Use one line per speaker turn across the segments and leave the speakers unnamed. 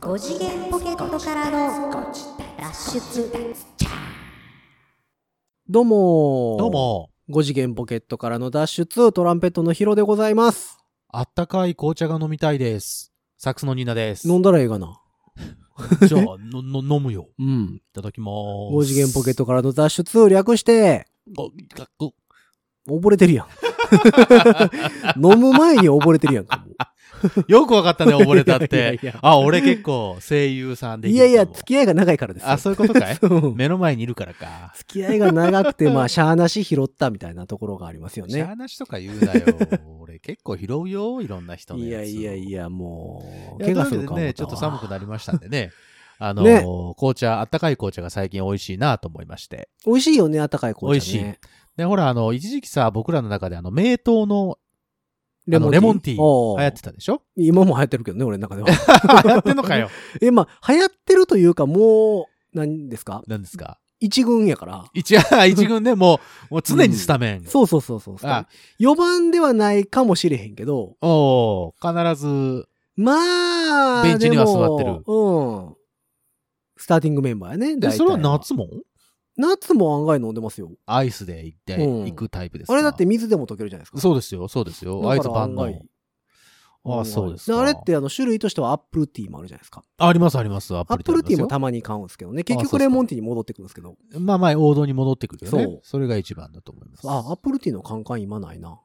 5次元ポケットからの脱出
どうもー
どう。も。
5次元ポケットからの脱出、トランペットのヒロでございます。
あったかい紅茶が飲みたいです。サックスのニーナです。
飲んだらええがな。
じゃあ、の、の、飲むよ。
うん。
いただきまー
5
す。
次元ポケットからの脱出、略して、
ご。がご
溺れてるやん。 飲む前に溺れてるやんか。も
よくわかったね、溺れた っ
いやい
て
やいや。
あ、俺結構声優さん
う
で
い
き
や
る
いや、
かも
付き合いが長いからですよ。
あ、そういうことかい
うん
目の前にいるからか。
付き合いが長くて、まあ、しゃーなし拾ったみたいなところがありますよ
しゃ
ね。
ーなしとか言うなよ。俺結構拾うよ、いろんな人の
いや
やつ。
いやいや、もう、
いや
怪我するか
と
も。
いうわけでね、ちょっと寒くなりましたん でね。あのー
ね
紅茶、あったかい紅茶が最近美味しいなと思いまして。
美味しいよね、あったかい紅茶、ね。
美味しで、ほら、あの、一時期さ、僕らの中であの、名刀の
レ
レ
モ
モ
ン
ン
ティー。
レモンティ
お
ー
う
流行ってたでしょ
今も流行ってるけどね、俺の中では。
流行ってんのかよ。
え、まあ、流行ってるというか、もう、何ですか
何ですか
一軍やから。
一、あ 一軍ね、もう、もう常にスタメン。
そうそうそうそう。
あ
4番ではないかもしれへんけど、
おー必ず、
まあ、
ベンチには
でも
座ってる
うん。スターティングメンバーやね。
で、
大体
それは夏も
夏も案外飲んでますよ。
アイスで行って、
うん
行くタイプですか
あれだって、水でも溶けるじゃないですか。
そうですよ、そうですよ。
だ
アイ
か
ス
ら
万
案
能。
外
あ
案外
あ、そうですか。
あれって、あの、種類としてはアップルティーもあるじゃないですか。
あ、あります、あります。ア
ア
ッ
ップルティーも
も
たまに買うんですけどね。
すか
結局レモンティーに戻ってくるんですけど。
まあまあ、王道に戻ってくるよね。
そう
それが一番だと思います。
あ、アップルティーのカンカン今ないな。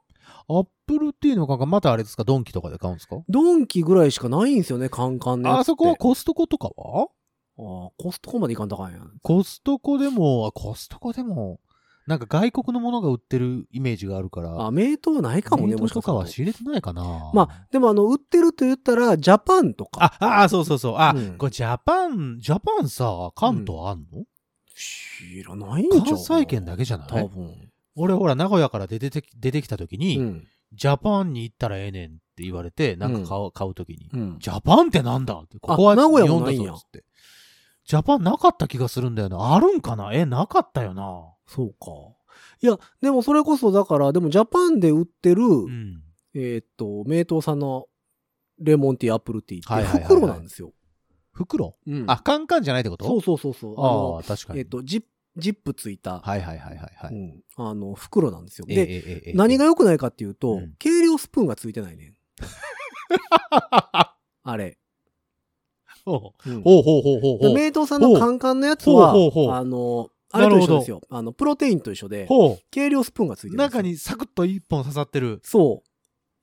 アップルっていうのか、またあれですか、ドンキとかで買うんですか
ドンキぐらいしかないんですよね、カンカンのやつって。
あそこはコストコとかは
ああ、コストコまでいかんとあかんやん。
コストコでも、あコストコでも、なんか外国のものが売ってるイメージがあるから、
あ、名刀ないかもね、
冷凍
もしか
と
する
か
と
は仕入れてないかな。
まあ、でもあの、売ってると言ったら、ジャパンとか。
あ、あ、あ、そうそうそう。あ、
うん
これジャパン、ジャパンさ、関東あんの、
知らないんじゃん。
関西圏だけじゃな
多
い
分。
俺ほら、名古屋から出てき出てきた時に、
うん。
ジャパンに行ったらええねんって言われて、なんか買う,、買う時に、
うん。
ジャパンってなんだって、ここは
あ名古屋
日
も
本だ
ないんや
ぞっつって。ジャパンなかった気がするんだよな。あるんかなえ、なかったよな。
そうか。いや、でもそれこそ、だから、でもジャパンで売ってる、
うん。
えーっと、名刀さんのレモンティー、アップルティ
はい
ー
は
っ
いはい
て
はい
袋なんですよ。
袋、
うん
あ、、カンカンじゃないってこと
そうそうそうそう。あ
あ
の
あ、確かに。
えーっと、ジップ、ジップついた、
はいはいはいはいは
う
い。
んあの、袋なんですよ。
え
で、
ええええ
何が良くないかっていうと、
うん
計量スプーンがついてないね ん。あれ。
ほう
うん
ほうほうほうほう
で
ほう。
名刀さんのカンカンのやつは、
ほうほうほう
あの、あれと一緒ですよ。あの、プロテインと一緒で、
ほ
計量スプーンがついてる
うん
ですよ
中。にサクッと一本刺さってる。
そ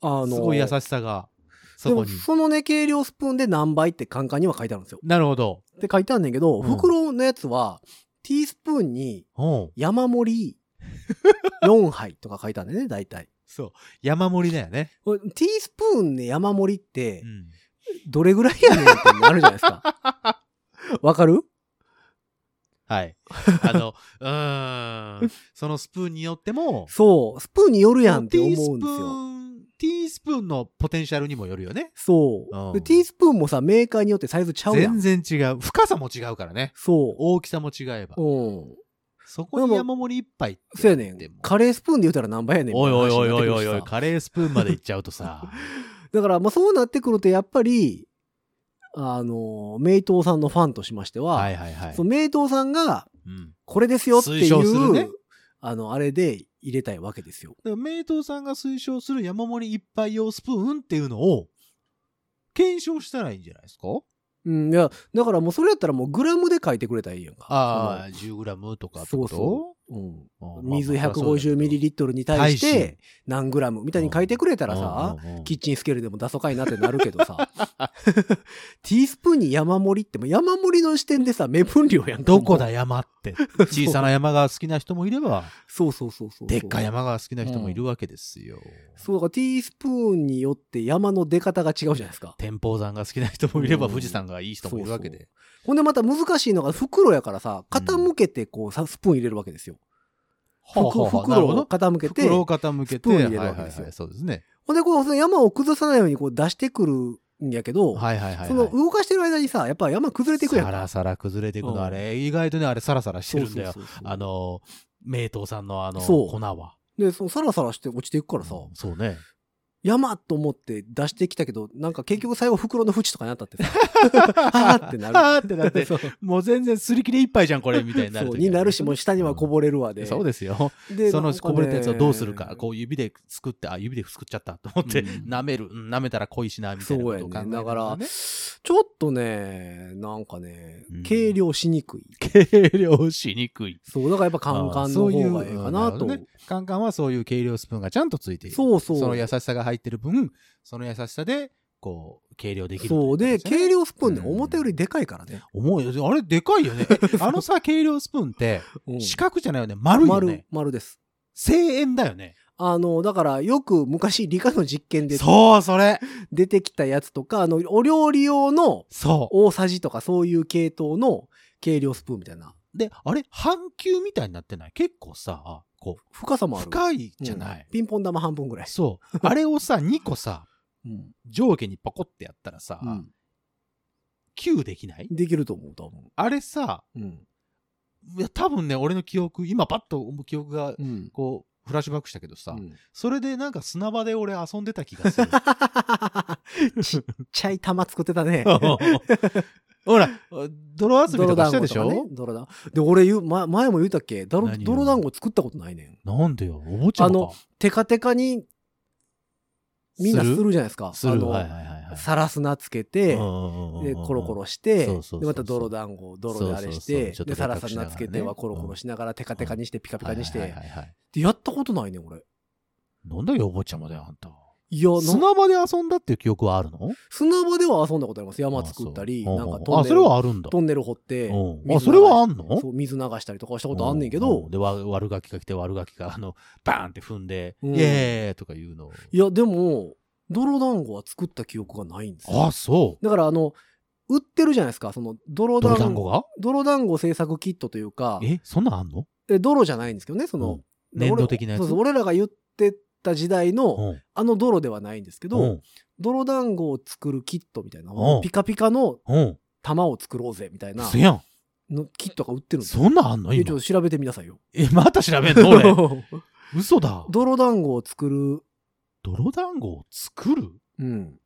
う。あの、
すごい優しさが、そこに
でも、。そのね、計量スプーンで何倍ってカンカンには書いてあるんですよ。
なるほど。
って書いてあるんだけど、
うん
袋のやつは、ティースプーンに
うん。
山盛 り4杯とか書いてあるんだよね、大体。
そう。山盛りだよね。
これティースプーンで山盛りって
う、ん。
どれぐらいやねんってなるじゃないですか。 わかる
はい。あの、う ーん。そのスプーンによっても、
そう、スプーンによるやんって思
ティ
うんですよ。
ースプーンティースプーンのポテンシャルにもよるよね。
そう、
うん
でティースプーンもさ、メーカーによってサイズちゃうや
全
ん。
然違う。深さも違うからね。
そ
大きさも違えば
う。。うん。
そこに山盛り一杯って
そうやねん
でも。
カレースプーンで言うたら何倍やねんみ
お
た
い
な
おい
話
お
に
い
なって
お
くる
い
しさ
おいおい、カレースプーンまで行っちゃうと さ。
だから、まあそうなってくると、やっぱり、あの、名刀さんのファンとしましては、
はいはいはい。
その名刀さんが、
うん。
これですよってい
推奨する
う、
ね
あの、あれで入れたいわけですよ。
だから名刀さんが推奨する山盛り一杯用スプーンっていうのを検証したらいいんじゃないですか
うん、いや、だからもうそれやったらもうグラムで書いてくれたらいいやんか。
ああ、10g とかって
そ
こ
う
と
そう。うん。
ああ
水
まあまあそうだけど
150ml に対して何グラムみたいに書いてくれたらさ、
うんうんうん
キッチンスケールでも出そうかいなってなるけどさ ティースプーンに山盛りってもう山盛りの視点でさ目分量やんか
どこ
も
だ山って。小さな山が好きな人もいれば、
うそうそうそうそう
でっかい山が好きな人もいるわけですよ。
そうだからティースプーンによって山の出方が違うじゃないですか
天保山が好きな人もいれば、
うん
富士山がいい人もいるわけで。
ほんでまた難しいのが袋やからさ傾けてこうさスプーン入れるわけですよ、
はあ
袋
はあはあなる
袋
ほ
を
ど。
傾けて
袋を傾け
スプーン
て、
入れるわけですよ
はいはいはいそうですね。
ほんでこうその山を崩さないようにこう出してくるんやけど、
はいはいはいはい。
その動かしてる間にさやっぱ山崩れていくやん
サ
か
ラサラ崩れていく
うん
の、あれ、意外とね、あれ、サラサラしてるんだよ。
そうそうそうそう
あの、名刀さんのあの、
そう
粉は。
でそのサラサラして落ちていくからさ、
そうね。
山と思って出してきたけど、なんか結局最後袋の縁とかになったってさ。あーってなる。
あーって なって、
そう
もう全然擦り切れ一杯じゃん、これ、みたいになる
そう
時
になるし、もう下にはこぼれるわで。
そうですよ。
で
その
なんか
こ
ね
ぼれたやつをどうするか、こう指ですくって、あ、指ですくっちゃったと思って、
うん
舐める、うん舐めたら濃いしな、みたいなことを考え
そうやね
な
だ
が
からら
ね。
ちょっとね、なんかね
うん、
計量しにくい。
計量しにくい。
そう、だからやっぱカンカンの方がいいかな
あーそ
と。
ういううんるほどねカンカンはそういう計量スプーンがちゃんとついている。
そうそう。
の優しさが入ってる分、その優しさで、こう、計量できるとい
そう
こと
で、
すよね
計量スプーンね、
うん
表よりでかいからね。
重いよ。あれ、でかい よね。えあのさ、計量スプーンって、
うん
四角じゃないよね。丸いよ
丸
ね。、
丸です。
声円だよね。
あの、だからよく昔理科の実験で
そう、それ。
出てきたやつとか、あの、お料理用の
そ
大さじとかそういう系統の計量スプーンみたいな。
う。で、あれ、半球みたいになってない結構さ、こ
深さ
う、
もある。
深いじゃない。
うんピンポン玉半分ぐらい。
そう。あれをさ、2個さ、
うん。
上下にパコってやったらさ、
うん
9できない
できると思う、多分。
あれさ、
うん。
いや多分ね、俺の記憶、今パッと記憶が、
うん。
こう、フラッシュバックしたけどさ、
うん
それでなんか砂場で俺遊んでた気が する。
ちっちゃい玉作ってた ね。
ほら、泥遊びとかしたでしょ、
泥団子とかね泥団子で、俺言う、ま、前も言うたっけだろ
何よ
泥団子作ったことないねん。
なんでよ、お坊ちゃん
あ
か
の。テカテカにみんなするじゃないですか。
す
あ
る
の、
はいはいはいはい。
サラ砂つけて、で、
で
コロコロして、
そうそうそうそう
で、また泥団子を泥であれし
そうそうそう
て
ちょっ、と
で、サラサ
でっ
ラ
かくしながらね
つけてはコロコロしながらテカテカにしてピカピカにし
はい
て
は、いはいはい
で、やったことないねん、俺。
なんだよ、お坊ちゃまだよ、あんた。
いや、な
砂場で遊んだっていう記憶はあるの
砂場では遊んだことあります。山作ったり、
あそう
なんか
うう
ト
あ、
ンネ
それ
ル、
はあるんだ。
トンネル掘って
うん、
水流
あ、
し
それはあんの
そう水流したりとかしたことあんねんけど、
ううで、わ悪ガキが来て悪ガキが、あの、バーンって踏んで、
うん
イエーイとか言うの。
いや、でも、泥団子は作った記憶がないんですよ。
あ、そ
だから、あの、売ってるじゃないですか、その、泥
う。泥
団
団
子
子。が
泥団子製作キットというか、
え、そんなんあんの
え泥じゃないんですけどね、その、
うん粘土的なやつ
そうそう、俺らが言ってた時代の、
うん。
あの泥ではないんですけ
う
ど、
ん
泥団子を作るキットみたいな
うん、
ピカピカの
うん。
玉を作ろうぜ、みたいな、
せやん。
のキットが売ってるんですよ。
そんなんあんの
えちょ
今
っ。と調べてみなさいよ。
え、また調 べんの俺。嘘だ。
泥団子を作る、
泥団子を作る
うん。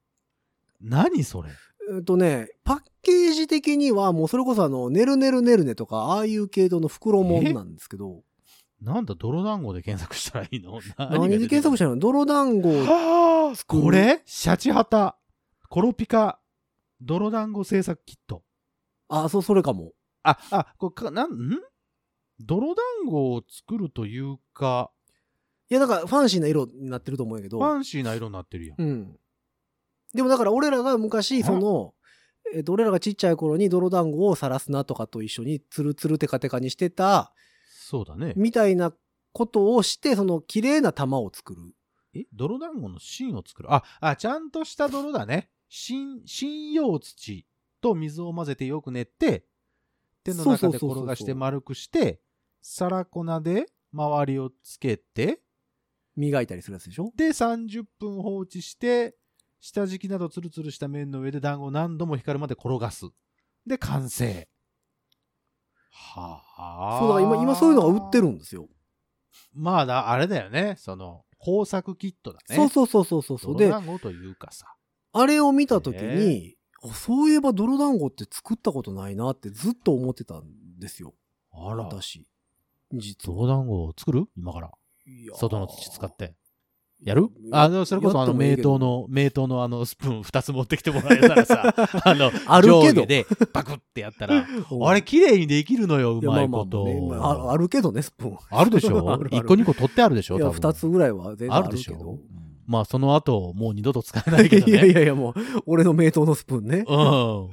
何それ
えっとね、パッケージ的にはもうそれこそあの、ねるねるねるねとか、ああいう系統の袋もんなんですけど、
なんだ、泥団子で検索したらいいの
何で検索し
し
たの泥団子を
はあ
る
これシャチハタ、コロピカ、泥団子製作キット。
あ、そう、それかも。
あ、あ、これか、なん、ん泥団子を作るというか、
いや、だからファンシーな色になってると思うんやけ
フ
ど。
ァンシーな色になってるやん。
うん。でもだから俺らが昔、その、えっと、俺らがちっちゃい頃に泥団子をさらすなとかと一緒にツルツルテカテカにしてた、
そうだね。
みたいなことをして、その綺麗な玉を作る。
え、泥団子の芯を作る。あ、あ、ちゃんとした泥だね。芯、芯用土と水を混ぜてよく練って、手の中
そう
で
そうそうそう
転がして丸くして、皿粉で周りをつけて、
磨いたりするやつでしょ
で、30分放置して、下敷きなどツルツルした面の上で団子を何度も光るまで転がす。で、完成。はあ。
そうだから今、今そういうのが売ってる。んですよ。
まあな、あれだよね。その、工作キットだね。
そうそうそうそうそうそう。
泥
で、
団子というかさ。
あれを見たときに、あそういえば泥団子って作ったことないなってずっと思ってたんですよ。
あら。
私。実は。
泥団子を作る今から。
いやー
外の土使って。やる
いや
あの、それこそ
や
あ
って
の、
もいい
名
けど
刀の、名刀のあの、スプーン2つ持ってきてもらえたら さ、あの、
あるけ
上
ど
下でパクってやったら、
うん
あれ綺麗にできるのよ、う
や
まいこと
まあ。まあまあねまあああるけどね、スプーン。
あるでし
あ
ょ
るある
一個二個取ってあるでしょ
い
多
や、
分
二つぐらいは全然
あ
あ
る
る
で
け
しょ
ど。
まあ、その後、もう二度と使えないけど
いや
ね。
いやいや、もう、俺の名刀のスプーンね。
うん。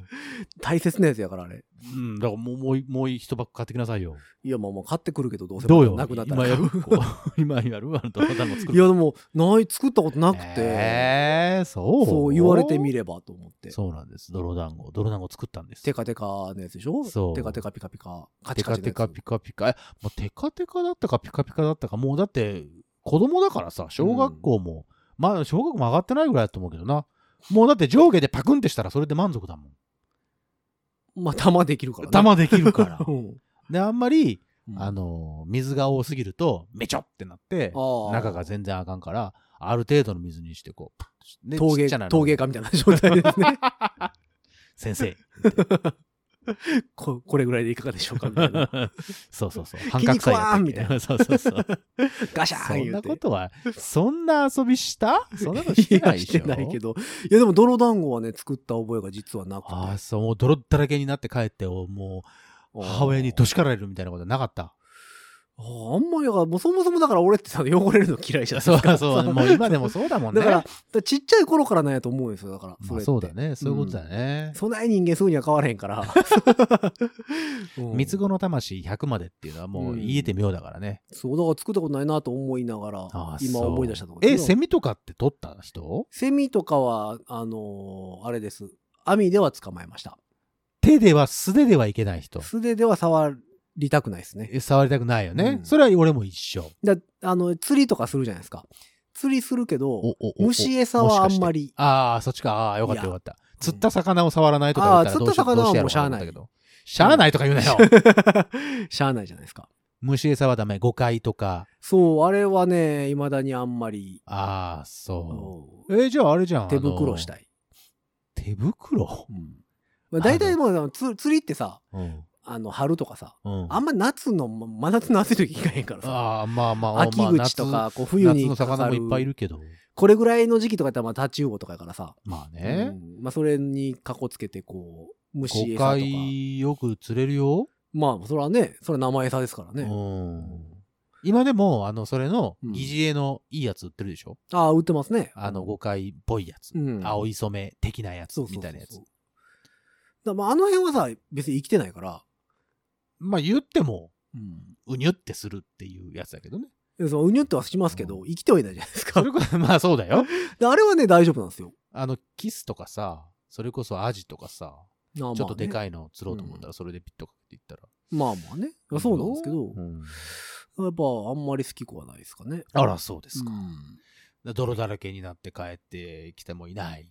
大切なやつやから、あれ。
うん。だからもう、もう、もう一バッグ買ってきなさいよ。
いや、まあまあ、買ってくるけど、どうせ
どうよ
なくなったら。
今やる
い
こう今やるあ の、泥団子作る。
や、でも、 ない、作ったことなくて、
えー、そう
そう言われてみればと思って。
そうなんです。泥団子。泥団子作ったんです。
テカテカのやつでしょ
そう
テカテカピカピカ。カチ
テ
カ
カ
チのや
テ
つ
カピカピカ。えもうテカテカだったかピカピカだったか。もうだって、子供だからさ、小学校も、まあ、小学校も上がってないぐらいだと思うけどな。もうだって上下でパクンってしたらそれで満足だもん。
まあ、玉できるからね。
玉できるから。
うん。
で、あんまり、
うん
あのー、水が多すぎると、めちょってなって、
あー
中が全然あかんから、ある程度の水にしてこうパッで
陶
ち
芸
っちゃなの
陶芸家みたいな状態ですね
先生
ここれぐらいでいかがでしょうかみたい な
そうそ うそう半角祭や
気
ったっけ
に食わんみたい
そうそうそう
ガ シャ
そ
ーン
ん
言
な
うて
ことはそんな遊び したそんなことしてないでしょ
いやしてないけどいやでも泥団子はね作った覚えが実はなくて
ああそうもう泥だらけになって帰ってもう母親にどしかられるみたいなことはなかった
あーあんまりだからもうそもそもだから俺ってさ汚れるの嫌いじゃない
そ
です
う
か
そう、もう今でもそうだもんね。
だからだからちっちゃい頃からなんやと思うんですよだから
まあ
れって
そうだね、そういうことだね。
そない人間すぐには変わらへん から。うん
三つ子の魂100までっていうのはもう言えてみようだからね。
そう、だから作ったことないなと思いながら
ああ、
今
そう
思い出したところ
え、セミとかって取った人
セミとかは、あのーあれです。網では捕まえました。
手では素手ではいけない人。
素手では触りたくないですね。
え触りたくないよね。
うん
それは俺も一緒。
だあの、釣りとかするじゃないですか。釣りするけ
お
ど、
おお
虫餌はあんまり
ああ、そっちか。ああ、よかった
いや
よかった。釣った魚を触らないとか言ったら
ああ
どうし
釣
よ
った魚はもう
どしてやろかと思ったけどし
ゃ
ゃ
あ
あ
な
ないいとか言うなよ。
しゃあないじゃないですか。
虫餌はダメ。誤解とか。
そう、あれはね、未だにあんまり、
ああ、そ
うん
う。えーじゃああれじゃん。
手袋した
い。
い。
手袋
うんまあ、大体もう、つ釣りってさ、
うん。
あの、春とかさ、
うん
あんま夏の、ま真夏の暑い時行かへんからさ。
ああ、まあまあまあ、
秋口とか、こう
夏
冬に
夏の魚もいっぱい
かか
いるけど。
これぐらいの時期とかやったら、まあ、タチウオとかやからさ。
まあね
う。んまあ、それにかこつけて、こう、虫
5
餌とか。
回よく釣れるよ。
まあ、それはね、それは生餌ですから
う
ね。
ん。今でも、あの、それの
う、ん
疑似餌のいいやつ売ってるでしょ
ああ、売ってますね。
あの、5回っぽいやつ
う。ん。
青い染め的なやつ
そうそうそうそう
みたいなやつ。
だまあ、あの辺はさ、別に生きてないから。
まあ言っても、
うん。
うにゅってするっていうやつだけどね。
でそのうにゅってはしますけど、
うん
生きてはいないじゃないです
そ
か
れ。こそ、まあそうだよ。
であれはね、大丈夫なんですよ。
あの、キスとかさ、それこそアジとかさ、
ちょ
ちょっとで
い。
かいの釣ろうと思ったら、それでピッとかけていったら。
まあまあね。そうなんですけど、
うん
やっぱあんまり好き子はないですかね。
あら、そうですか。
うん
泥だらけになって帰ってきてもいない。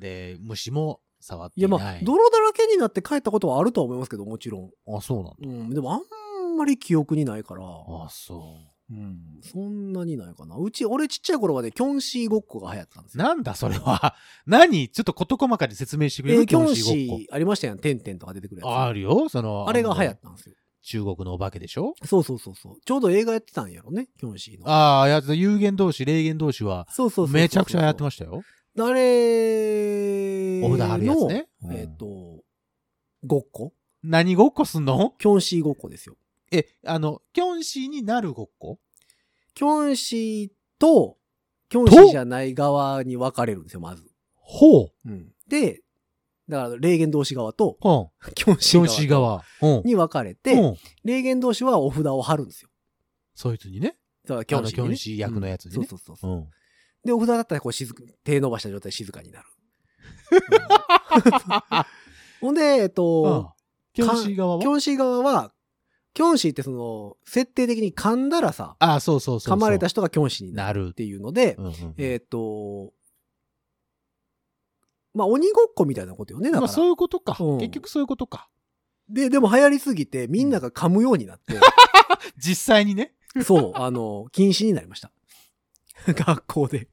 で、虫も触って
い
い
や
な
ま
い。
あ、泥だらけになって帰ったことはあるとは思いますけど、もちろん。
あ、そうなん
う
だ。
ん、でもあんまり記憶にないから、
あ、そ
うん、そんなにないかな。うち、俺ちっちゃい頃はね、キョンシーごっこが流行ったんです
う。
よ。
なんだそれは。 何ちょっと事細かに説明してく
え
れる、
ーキョン
キョンシーごっ
シーありましたやん、テンテンとか出てくる
こあ
や
るよ。その、
つ。あれが流行っ
あの
たんですよ。
中国のお化けでしょ
そうそうそうそう。ちょうど映画やってたんやろね、キョンシーの。
ああ、やつ、有言同士、霊言同士は、
そうそうそうそう
めちゃくちゃ流行ってましたよ。
た。あれの、
お札貼るやつねうん
えっ、と、ごっこ
何ごっこすんの
キョンシーごっこですよ。
え、あの、キョンシーになるごっこ
キョンシーと、キョンシーじゃない側に分かれるんですよ、まず。
ほう。
で、だから、霊言同士側 と、
うん。
キョン
キ
シ
ョンシ
ー
ー
側
側。うん。
に分かれ
う
て、
ん、
霊言同士はお札を貼るんですよ。
そいつにね。
だから、キ
キ
ョ
ョ
ン
ン
シ
シ
ー、ね。
ー役のやつにね。
うんそうそうそう。
うん。
で、お札だったら、こう、静か手伸ばした状態で静かになる。ほんで、えっと、
キョンシー側は
キョンシー側は、キョンシーってその、設定的に噛んだらさ、
ああ、そうそうそうそう。
噛まれた人がキョンシーになる
なる
っ。ていうので、
うんうん
えっと、まあ、鬼ごっこみたいなことよね、だか
まあ
ら。
そういうことか。
うん
結局そういうことか。
で、でも流行りすぎて、みんなが噛むようになって、
実際にね。
そう、あの、禁止になりました。 学校で。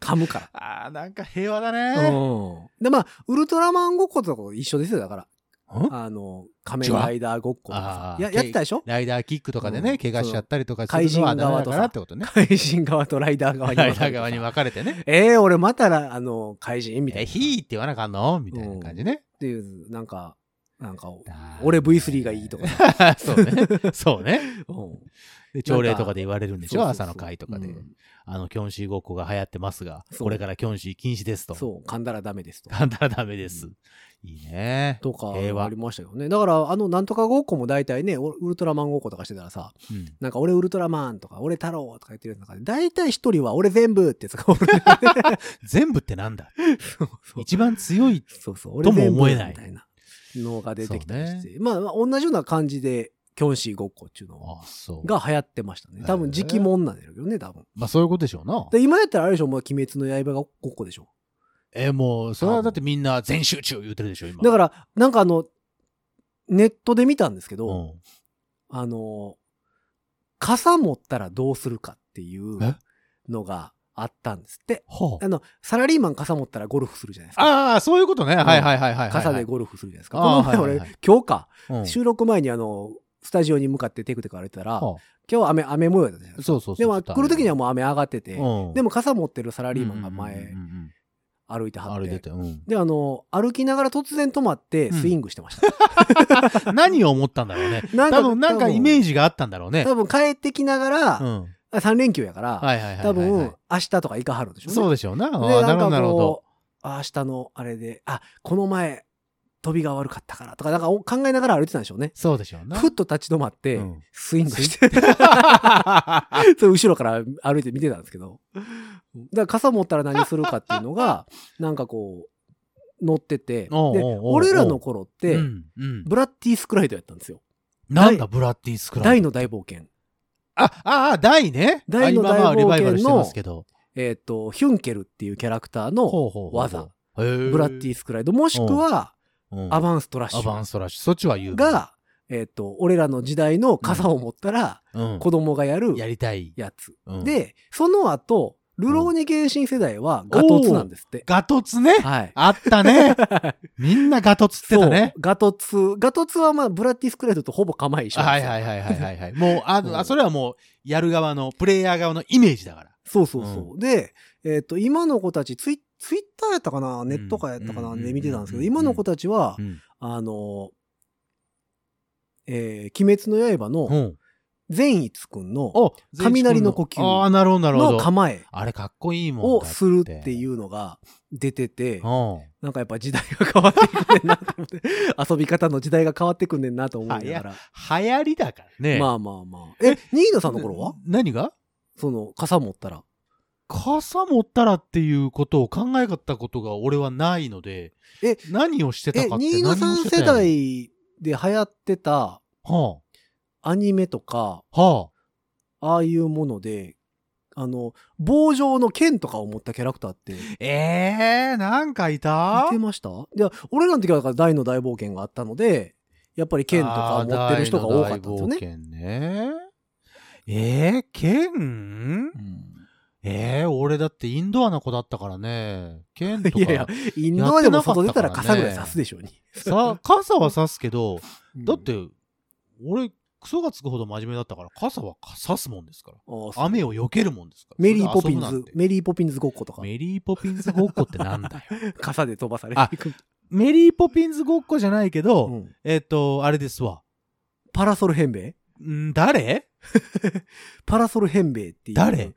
噛むか
ああ、なんか平和だ
ら。
ね。
うん。で、まあ、ウルトラマンごっことかと一緒ですよ、だから。
うん
あの、仮面ライダーごっことかさ。
あー
ややってたでしょ
ライダーキックとかで
うん
ね、怪我しちゃったりとかするのは
怪人側
ダ
と
メだ
さ
からってことね。
怪人側とライダー側
ライ
に分かれ
ダ
てさ。
ー側に分かれてね。
ええー、俺またら、あの、怪人みたい
え、
な。
ヒ
っ
ーって言わなあかんのみたいな感じね。
ていう、なんか、なんか、
あー
俺 V3 がいいとか。
そうね。そうね。
うん
で朝礼とかで言われるんでし
そ
ょ
うそうそう
朝の会とかで。
うん
あの、キョンシーごっこが流行ってますが、
そう
これからキョンシー禁止ですと。
そう、噛んだらダメですとか。
簡単ダメです
うん。
いいね。
とか、
平和
ありましたけどね。だから、あの、なんとかごっこも大体ね、おウルトラマンごっことかしてたらさ、
うん
なんか俺ウルトラマンとか、俺太郎とか言ってる中で、大体一人は俺全部ってやつがおるんだよね
全部ってなんだ
そうそう
一番強い。
そうそう、俺
とも
全部
思えない
みたいなのが出てきたりして。
そ
まあ、まあ同じような感じで、キョンシーごっこっていうの
あ、そう。
が流行ってましたね。多分時期もんなんだけどね、多分。
まあそういうことでしょうな。
で今やったらあれでしょ、もう鬼滅の刃がごっこでしょ。
えー、もう、それはだってみんな全集中言うてるでしょ、今。、
だからら、なんかあの、ネットで見たんですけど、
うん。
あの、傘持ったらどうするかっていう
え、
のがあったんですって。
は
あの、サラリーマン傘持ったらゴルフするじゃないですか。
あ、ああ、そういうことね。はいはいはいはいはい。
傘でゴルフするじゃないですか。
あー
この前
はい
俺、
はいはい
今日か、
うん
収録前にあの、スタジオに向かってテクテク歩いてたら、
は
今日雨、雨模様だったじゃない
あ
ですか。
そうそうそう。
でも来る時にはもう雨上がってて、
うん、
で
も、
も傘持ってるサラリーマンが前歩いてはっ
歩い
て、
てて。うん。
で、あの、歩きながら突然止まって
うん
スイングしてました。
何を思ったんだろうね。
な
多分なんかイメ
ジ。
ージがあったんだろうね。
多分帰ってきなが
う
ら、
ん。
あ三3連休やから、
はいはいはいはいはい。
多分、明日とか行かはるんでしょうね。
そうでしょうな。あ
で、な
あなるほど
ん
な
か
るほど
こ。う、あ明日のあれで、あ、この前、飛びが悪かったからとか、なんかお考えながら歩いてたんでしょうね。
そうでしょうな。
ふっと立ち止まって、
うん
スイング して、それ後ろから歩いて見てたんですけど。だから傘持ったら何するかっていうのが、なんかこう、乗ってて、で、
おうおうおうおう
俺らの頃って、
うんうん
ブラッティスクライドやったんですよ。
なんだブラッディスクラ
大
イ
の大冒険。
あ、ああ、大ね。
大の
あ今まあ
大冒険の
リバイバルしてますけど。
えっ、と、ヒュンケルっていうキャラクター
ほ
の
うほうほう。
技。ブ
ブ
ラッティ
ス、
スクライド、もしくは、
うん
アバンストラッシ
アバン
ュ
ストラッシュ。そっちは言う。、
が、えっ、と、俺らの時代の傘を持ったら、
うん、
子供がやる
やりたい。
やつ。
うん、
で、その後、ルローニ原神世代はガトツなんですって。
ガトツね。
はい。
あっ たね。みんなガトツってたね
そ。うガトツ。ガトツはまあ、ブラッディスクレイドとほぼ構い一緒なん
は
で
い
すよ
はいはいはいはいはい。もう、あ、
うん
あそれはもう、やる側の、プレイヤー側のイメージだから。
そうそうそう。で、えっ、と、今の子たちツイ、ツイッターやったかなネットかやったか
う
なんで見てたんですけど、
うん
今の子たちは
う、ん。
あの、えー鬼滅の刃
う
の
ん。
善逸くんの
お
雷の呼吸
ああ、なるほどなるほ
の
ど。
構え
あれかっこいいもん
をするって
う
い
ん。
うのが出てて、
は
なんかやっぱ時代が変わってくんねんなと思って、 遊び方の時代が変わってくんねんなと思いなが
やりだからね。
ら。まあまあまあ。え、新野さんの頃は
何が
その、傘持ったら。
傘持ったらっていうことを考えたことが俺はないので、
え
何をしてた
え
か、って
新野
何
さ
を
ん
してた
世
んやろ
代で流行ってた
は
アニメとか、
あ、は
ああいうもので、あの、棒状の剣とかを持ったキャラクターって、
あ、えー、なんかいた
見てましたいや、俺らの時はだから大の大冒険があったので、やっぱり剣とか持ってる人が多かったんですよね。
あー大の大冒険ね。えー、剣えー、俺だってインドアな子だったからね。剣
う
と
ん
か。
いやいや、インドアでも外出たら傘ぐらい差すでしょうに。
さ傘は差すけど、
うん
だっ、て、俺、クソがつくほど真面目だったから、傘は差すもんですから。
あーそう
雨を避けるもんですから。
メリーポピン
それで遊ぶ
ズ
なん、て
メリーポピンズごっことか、
メリーポピンズごっこってなんだよ。
傘で飛ばされていく。
メリーポピンズごっこじゃないけど、
うん
えっ、と、あれですわ。
パラソルヘンベイ
ん誰
パラソルヘンベイっていう。
誰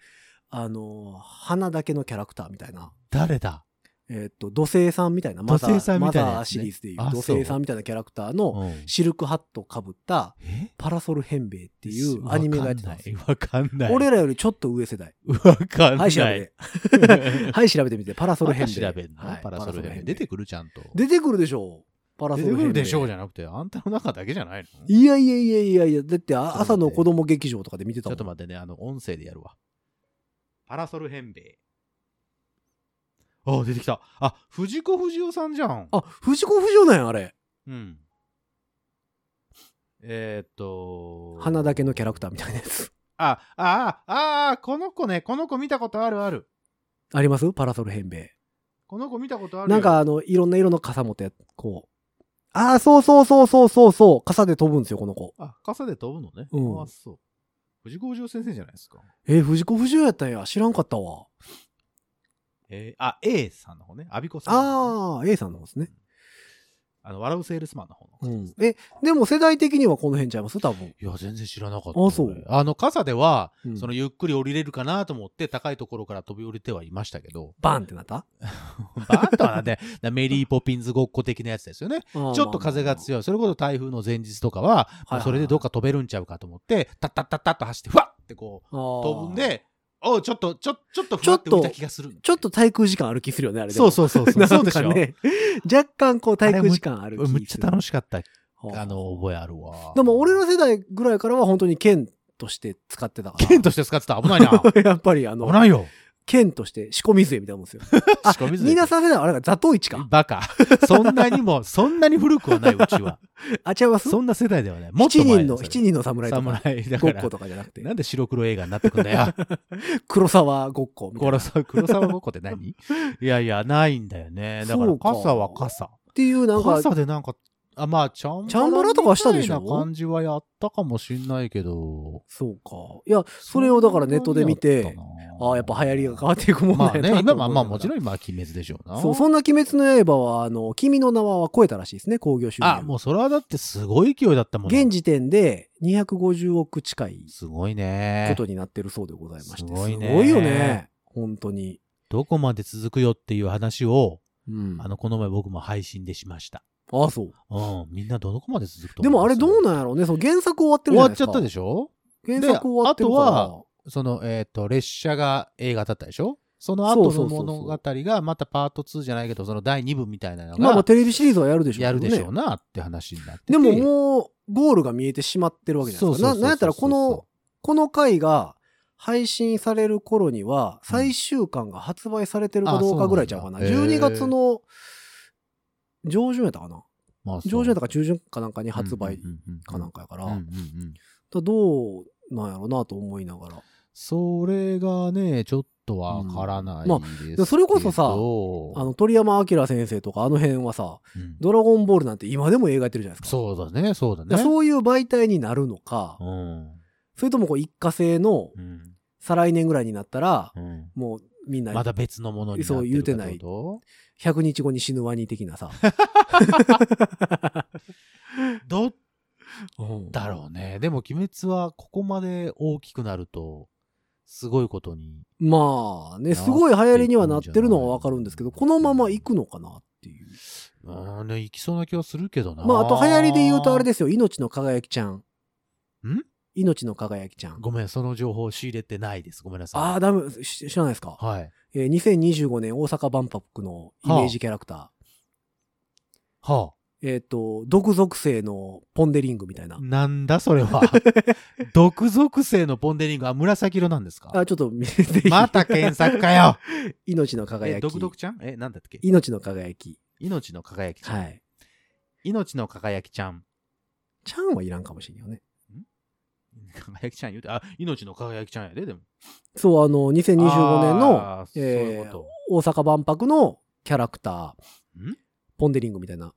あの、花だけのキャラクターみたいな。
誰だ
えっ、と、土星さんみたいな、マザ
土星さ
ー、
んみ
マ
たい
ザ
なやつね
ーシリーズでいう
あ
土星さんみたいなキャラクターの
うん
シルクハットかぶった
え
パラソルヘンベイっていうアニメがやってたんですよ。
わかんない。
俺らよりちょっと上世代。
わかんない。
はい、調べて。はい、調べ てみて。パラソルヘンベイ。
調べんの、
はい
パラソルヘンベイ。出てくるちゃんと。
出てくるでしょう。パラソ
出
ルヘ
て
ン
く
ベイ。
るでしょうじゃなくて、あんたの中だけじゃないの
いやいやいやいやいや、だってあ
ちょっと待って
朝の子供劇場とかで見て
ち
た
ょ
も
っ
ん
と待ってね、あの、音声でやるわ。パラソルヘンベイ。あ、出てきた。あ、藤子不二雄さんじゃん。
あ、藤子不二雄なんや、あれ。
うん。えー、っと。
花だけのキャラク
ター。
ターみたいなやつ。
あ、あ、あ、あ、この子ね、この子見たことあるある。
ありますパラソルヘンベイ。
この子見たことあるよ
なんか、あの、いろんな色の傘持って、こう。ああ、そうそうそうそうそうそう。傘で飛ぶんですよ、この子。
あ、傘で飛ぶのね。
うん
あ、そう。藤子不二雄先生じゃないですか。
えー藤子不二雄やったんや。知らんかったわ。
えー、あ、A さんの方ね。アビコさんの方ね、
ああ、A さんの方ですね。
あの、笑うセールスマンの方の。
うん。え、でも世代的にはこの辺ちゃいます多分。
いや、全然知らなかった。
あそう
俺あの、傘では、
うん
その、ゆっくり降りれるかなと思って、高いところから飛び降りてはいましたけど。
バンってなった
バーとはなんで、なメリーポピンズごっこ的なやつですよね。
ちょ
ちょっと風が
い。
強い。それこそ台風の前日とかは、
いはい
それでどっか飛べるんちゃうかと思って、タッタッタッタッと走って、ふわってこう、飛
飛
ぶん。で、おうちょっと、ちょ、ちょっとふわって浮いた気がする。
ちょっと滞空時間歩きするよね、あれで
そう
も。
そうそうそ
な
う。
んか
そうでしょ。
ね、若干こう滞空時間歩きする。
めっちゃ楽しかった。
はあ
あの、覚えあるわ。
でも俺ら世代ぐらいからは本当に剣として使ってたから。
剣として使ってた。危ないな。
やっぱりあの
危、ないよ。
剣として仕込み杖みたいなもんですよ。あ
仕込み杖
ニーナさん世代はあれがザトウイチか。
バカ。 そんなにも、そんなに古くはない、うちは。
あ、違います
そんな世代ではない。もっ
七
と前
人
だよ
の、
それ
七人の侍とか、
侍だ
ご
か
っこ
ら。
とかじゃなくて、
なんで白黒映画になってくん だよ。
黒沢ごっこみたいな。
黒
っ
沢、黒沢ごっこって何いやいや、ないんだよね。だか
そ
ら
うか
傘は傘。
ていうなんか、
傘でなんか、あ、まあ、ちゃん
チャンバラとかはしたでしょ
みたいな感じはやったかもしんないけど。
そうか。いや、それをだからネットで見
そん
て
な、にったな
ああ、やっぱ流行りが変わっていくもん
まあ
だよなと思いなが
ね、
ら
今はまあもちろん今は鬼滅でしょうな。
そう、そんな鬼滅の刃は、あの、君の名は超えたらしいですね、興行収入。
あ、もうそれはだってすごい勢いだったもん
現時点で250億近い
すごい
こ
ね。
とになってるそうでございまして。
すごいね
すごいよね。本当に。
どこまで続くよっていう話を、
うん。
あの、この前僕も配信でしました。
ああ、そう。
うん。みんなどこまで続くと
で
思
もあれ
います
どうなんやろうね。その原作終わってる
終
じゃ
わ
ない
っ
で
ち
す
ゃ
か。
ったでしょ
原作終わってるから。
であとその、えっ、と、列車が映画だったでしょその後
そ
の
うそうそうそう
物語が、またパート2じゃないけど、その第2部みたいなの
まあまあ
が、
テレビシリーズはやるでしょうけど
やる
ね
でしょうなって話になってて。
でももう、ゴールが見えてしまってるわけじゃないですか。ななんやったらこの、、この回が配信される頃には、最終巻が発売されてるかどうかぐらいちゃうかな。
あそうなんだへ
12
ー
月の上旬やったかな。
まあ
上旬やったか中旬かなんかに発売かなん
か
かやから、
うんうんう
だか
ん
らどうなんやろうなと思いながら。
それがね、ちょっとわからないですけど、
うんまあそれこそさあ
あ
の、鳥山明先生とかあの辺はさ、ドラゴンボールなんて今でも映画やってるじゃないですか。
そうだね、そうだ
だから
ね。
そういう媒体になるのか、
うん。
それともこう一過性の
うん。
再来年ぐらいになったら、
うん
もうみんな
まだ別のものになってるかってこと
100日後に死ぬワニ的なさ。
どっ
うん
だろうね。でも、鬼滅はここまで大きくなると、すごいことに。
まあね、すごい流行りにはなってるのはわかるんですけど、このまま行くのかなっていう。
うーんね、いきそうな気はするけどな。
まあ、あと流行りで言うとあれですよ、命の輝きちゃん。
ん
命の輝きちゃん。
ごめん、その情報仕入れてないです。ごめんなさい。
ああ、ダメ、し知らないですか。
はい。
えー2025年大阪万博のイメージキャラクター。
は
えっ、と、毒属性のポンデリングみたいな
あ、。なんだそれ は。毒属性のポンデリングは紫色なんですか
あ、ちょっと見せ て。
また検索かよ
命の
え、
輝き
毒。毒ちゃんえ、なんだっけ
命の輝き。
命の輝きちゃん。
はい。
命の輝きちゃん。
ちゃんはいらんかもしれんよね。
輝きちゃん言うて、あ、命の輝きちゃんやで、でも。
そう、あの、2025年の
あー
えー
そういうこ
大阪万博のキャラクタ
と。ん
ー、ポンデリングみたいな。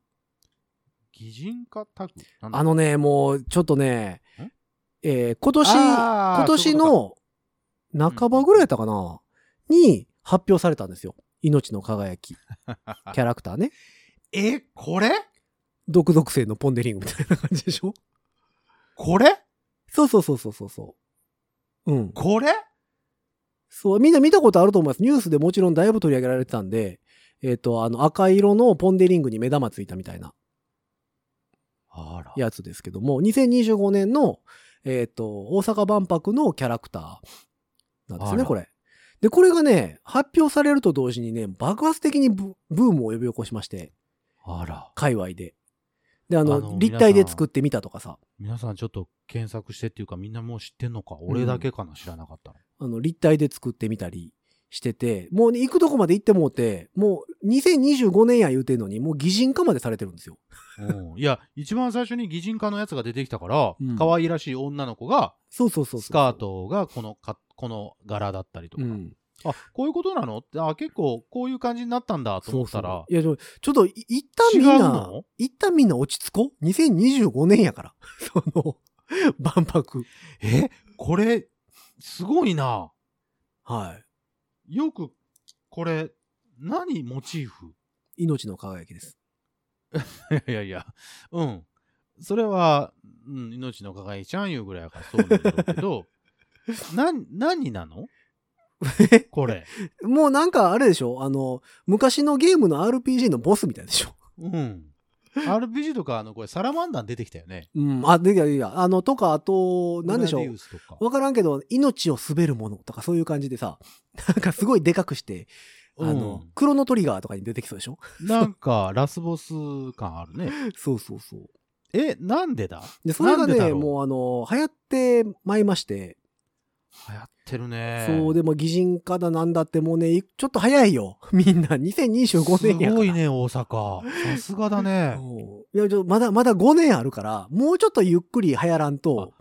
擬人化タグなんだ
あのね、もう、ちょっとね
ん、
えー今年、
あー
今年
そう
の半ばぐらいやったかな、に発表されたんですよ。命の輝 き。キャラクターね。
え、これ
毒属性のポンデリングみたいな感じでしょ
これ
そうそうそうそうそうそう。うん。
これ
そう、みんな見たことあると思います。ニュースでもちろんだいぶ取り上げられてたんで、えっ、と、あの、赤色のポンデリングに目玉ついたみたいな
あら。
やつですけども、2025年の、えっ、と、大阪万博のキャラクターなんです
あ
ね、
ら
これ。で、これがね、発表されると同時にね、爆発的にブブームを呼び起こしまして、
あら。
界隈で。で、あの、
あの
立体で作ってみたとかさ、
皆さんちょっと検索してっていうかみんなもう知ってんのか俺だけかな、知らなかったの。
あの、立体で作ってみたりしてて、もうね、行くとこまで行ってもうて、もう2025年や言うてんのに、もう擬人化までされてるんですよ。
うんいや、一番最初に擬人化のやつが出てきたから、
うん
可愛らしい女の子が、
そうそうそうそう。
スカー。トがこのか、この柄だったりと
う
か。
ん。
あ、こういうことなのってあ、結構こういう感じになったんだと思ったら、
そうそういや、でもちょっとい、一旦みん
違う
な
の、
一旦みんな落ち着こう ?2025 年やから。 その、万博。
え、これ、すごいな。
は
よく、これ、何モチーフ
い。命の輝きです。
いやいやいや、うん。それは、うん、命の輝きちゃんいうぐらいやからそうなんだろうけ ど、なん、何なのこれ。
もうなんかあれでしょあの、昔のゲームの RPG のボスみたいでしょ
うん。RPG とか、あの、これ、サラマンダー出てきたよね。
うん。あ、でいやいや、あの、とか、あと、なんでしょ
グラディ
う
ウスとか
わからんけど、命を滑るものとかそういう感じでさ、 なんかすごいでかくして、あの、
うん
クロノトリガーとかに出てきそうでしょ
なんか、ラスボス感あるね。
そうそうそう。
え、なんでだ
で、それが
なんでだ
ね、
ろう
もうあの、流行ってまいまして、
流行ってるね。
そう、でも擬人化だなんだってもうね、いちょっと早いよ。 みんな、2025年やから。
すごいね、大阪。さすがだ ね。
そう。いや、ちょまだ、まだ5年あるから、もうちょっとゆっくり流行らんと。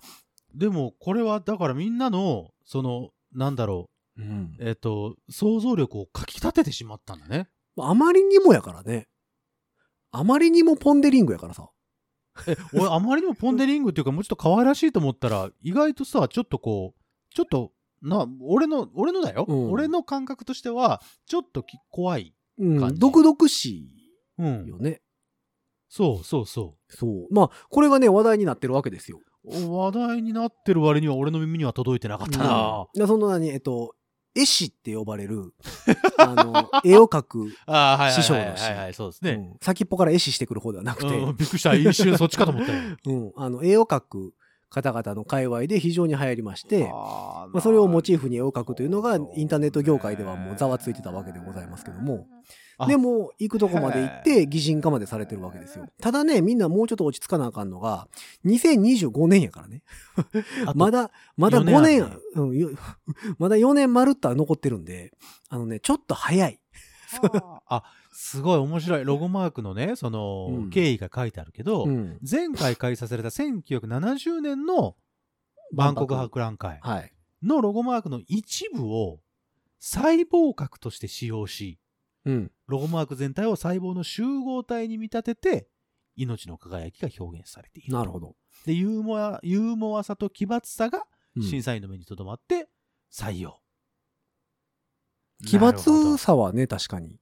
でも、これは、だからみんなの、その、なんだろ
うん
う、えっ、と、想像力をかき立ててしまったんだね。
あまりにもやからね。あまりにもポンデリングやからさ。
え、俺、あまりにもポンデリングっていうか、もうちょっと可愛らしいと思ったら、意外とさ、ちょっとこう、ちょっと、な、俺の、俺のだよ。
うん
俺の感覚としては、ちょっとき怖い。
う
感
ん。
じ
毒々し
うん
い。よね。
そうそうそ
そう。まあ、これがね、話題になってるわけですよ。
う。話題になってる割には、俺の耳には届いてなかったな。
うんその何、えっと、絵師って呼ばれる、あの、絵を描く、
ああ、はいはい
師匠
はい
だし
はい、はい、そうです
う
ね。
ん先っぽから絵師してくる方ではなくて、
うん、びっくりした。一瞬そっちかと思った よ。
うん、あの絵を描く方々の界隈で非常に流行りまして、
あー
まあ、それをモチーフに絵を描くというのが
なるほどね
インターネット業界ではもうざわついてたわけでございますけども
あ
でも行くとこまで行って擬人化までされてるわけですよただねみんなもうちょっと落ち着かなあかんのが2025年やからね
あと
まだまだ
四年
5年
あるね
うんよ まだ4年まるっとは残ってるんであのねちょっと早い
あすごい面白いロゴマークのねその、
うん
経緯が書いてあるけど、
うん
前回開催された1970年の万国博覧会
はい
のロゴマークの一部を細胞核として使用し
うん
ロゴマーク全体を細胞の集合体に見立てて命の輝きが表現されている
なるほど、
でユーモアユーモアさと奇抜さが
うん
審査員の目にとどまって採用、
奇
なるほど
抜さはね確かに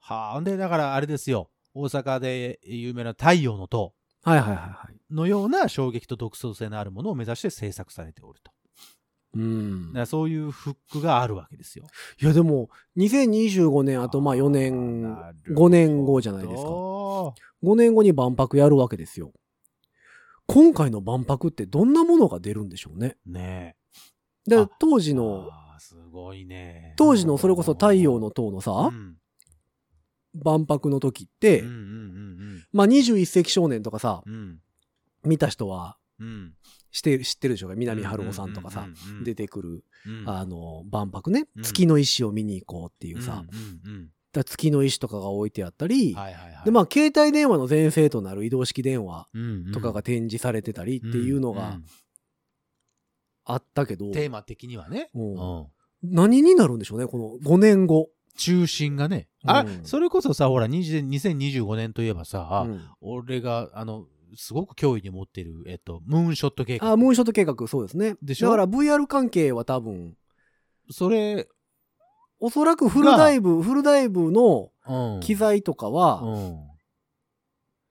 はあ、で、だからあれですよ。大阪で有名な太陽の塔
はいはいはいはい
のような衝撃と独創性のあるものを目指して制作されておると。
うん
だからそういうフックがあるわけですよ。
いやでも、2025年、あとまあ4年、5年後じゃないですか。
か。
5年後に万博やるわけですよ。今回の万博ってどんなものが出るんでしょうね。
ね
で
あ、
当
え。
時の、
あーすごいね。
当時のそれこそ太陽の塔の
う
さ、
ん
万博の時って、
うんうんうん
まあ21世紀少年とかさ、
うんうん
見た人は
うん。
して知ってるでしょうか南春夫さんとかさ、出
て、
てくる、
うん
あの、万博ね、
うん
月の石を見に行こうっていうさ、だか
うんうん
ら月の石とかが置いてあったり、
うんはいはいはい。
で、まあ、携帯電話の前世となる移動式電話
うんうん
とかが展示されてたりっていうの
ん
が
ん
あったけど、
テーマ的にはね。
うん
うん
何になるんでしょうね、この5年後。
中心がね、あ
うん
それこそさほら20 2025年といえばさ、
うん
俺があのすごく脅威に持ってる、えっと、ムーンショット計画
あ、ムーンショット計画、そうですね。
でしょ
だから VR 関係は多分、
それ、
おそらくフルダイブ、フルダイブの
うん
機材とかは
うん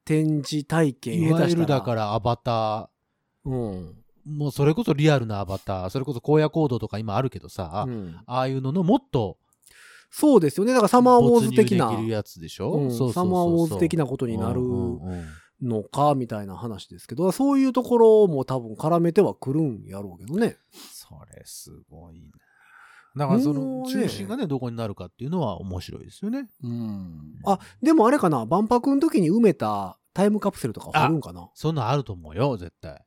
展示体験
い
下
わ
手し
ゆ
たら。
るだからアバター
うん。
もうそれこそリアルなアバターそれこそ荒野行動とか今あるけどさ、
うん
ああいうののもっと
そうですよね。だからサマーウォーズ的な、
没入できるやつでしょ、
うん
そうそうそうそう
サマーウォーズ的なことになる
うんうんうん
のか、みたいな話ですけど、そういうところも多分絡めてはくるんやろうけどね。
それすごいなだからそ
もう
の
ね
中心がねどこになるかっていうのは面白いですよね
うんあ、でもあれかな、万博の時に埋めたタイムカプセルとか掘るんかなあ
そんなんあると思うよ、絶対。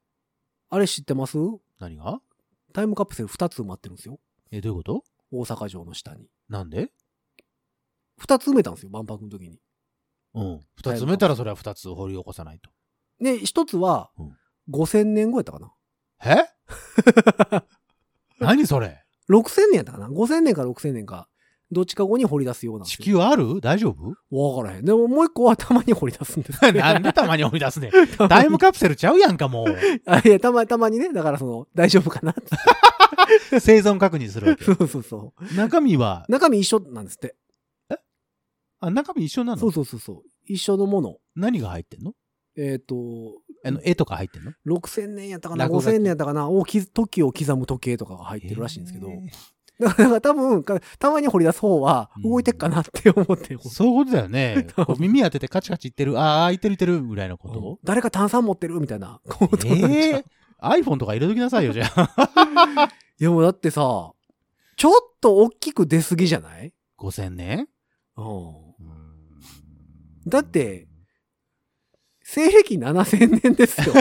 れ知ってます
何が
タイムカプセル2つ埋まってるんですよ。
え、どういうこと
大阪城の下に。
なんで
2つ埋めたんですよ、万博の時に。
うん。二つ埋めたらそれは二つ掘り起こさないと。
で、1つは
うん、
5000年後やったかな。
え 何それ
6000年やったかな。5000年か6000年か。どっちか後に掘り出すようなんです
地
よ。
球ある大丈 夫
わからへん。でももう一個はたまに掘り出すんですよ
なんでたまに追い出すねんタイムカプセルちゃうやんか、もう。
あいや、たま、たまにね、だからその、大丈夫かな って。
生存確認するわけ。
そうそうそう。
中身は、
中身一緒なんですって。
あ、中身一緒な
そう
の
そうそうそう。一緒のもの。
何が入ってんの
えっ、と、
あの、絵とか入ってんの
6000年やったかな
落書き
5000年やったかなをき時を刻む時計とかが入ってるらしいんですけど、
えー
だからだから多分かたまに掘り出す方は
うん
動いてっかなって思ってる、
そういうことだ よね。こう耳当ててカチカチいってる、ああ、いてるいてる、ぐらいのこ
うん
と。
誰か炭酸持ってるみたいなことなんじゃん
ええ iPhone とか入れときなさいよ、じゃあ。
いやもうだってさちょっと大きく出すぎじゃない、
5000年
うん、だ
だっ
ってて、西暦7000年ですよ。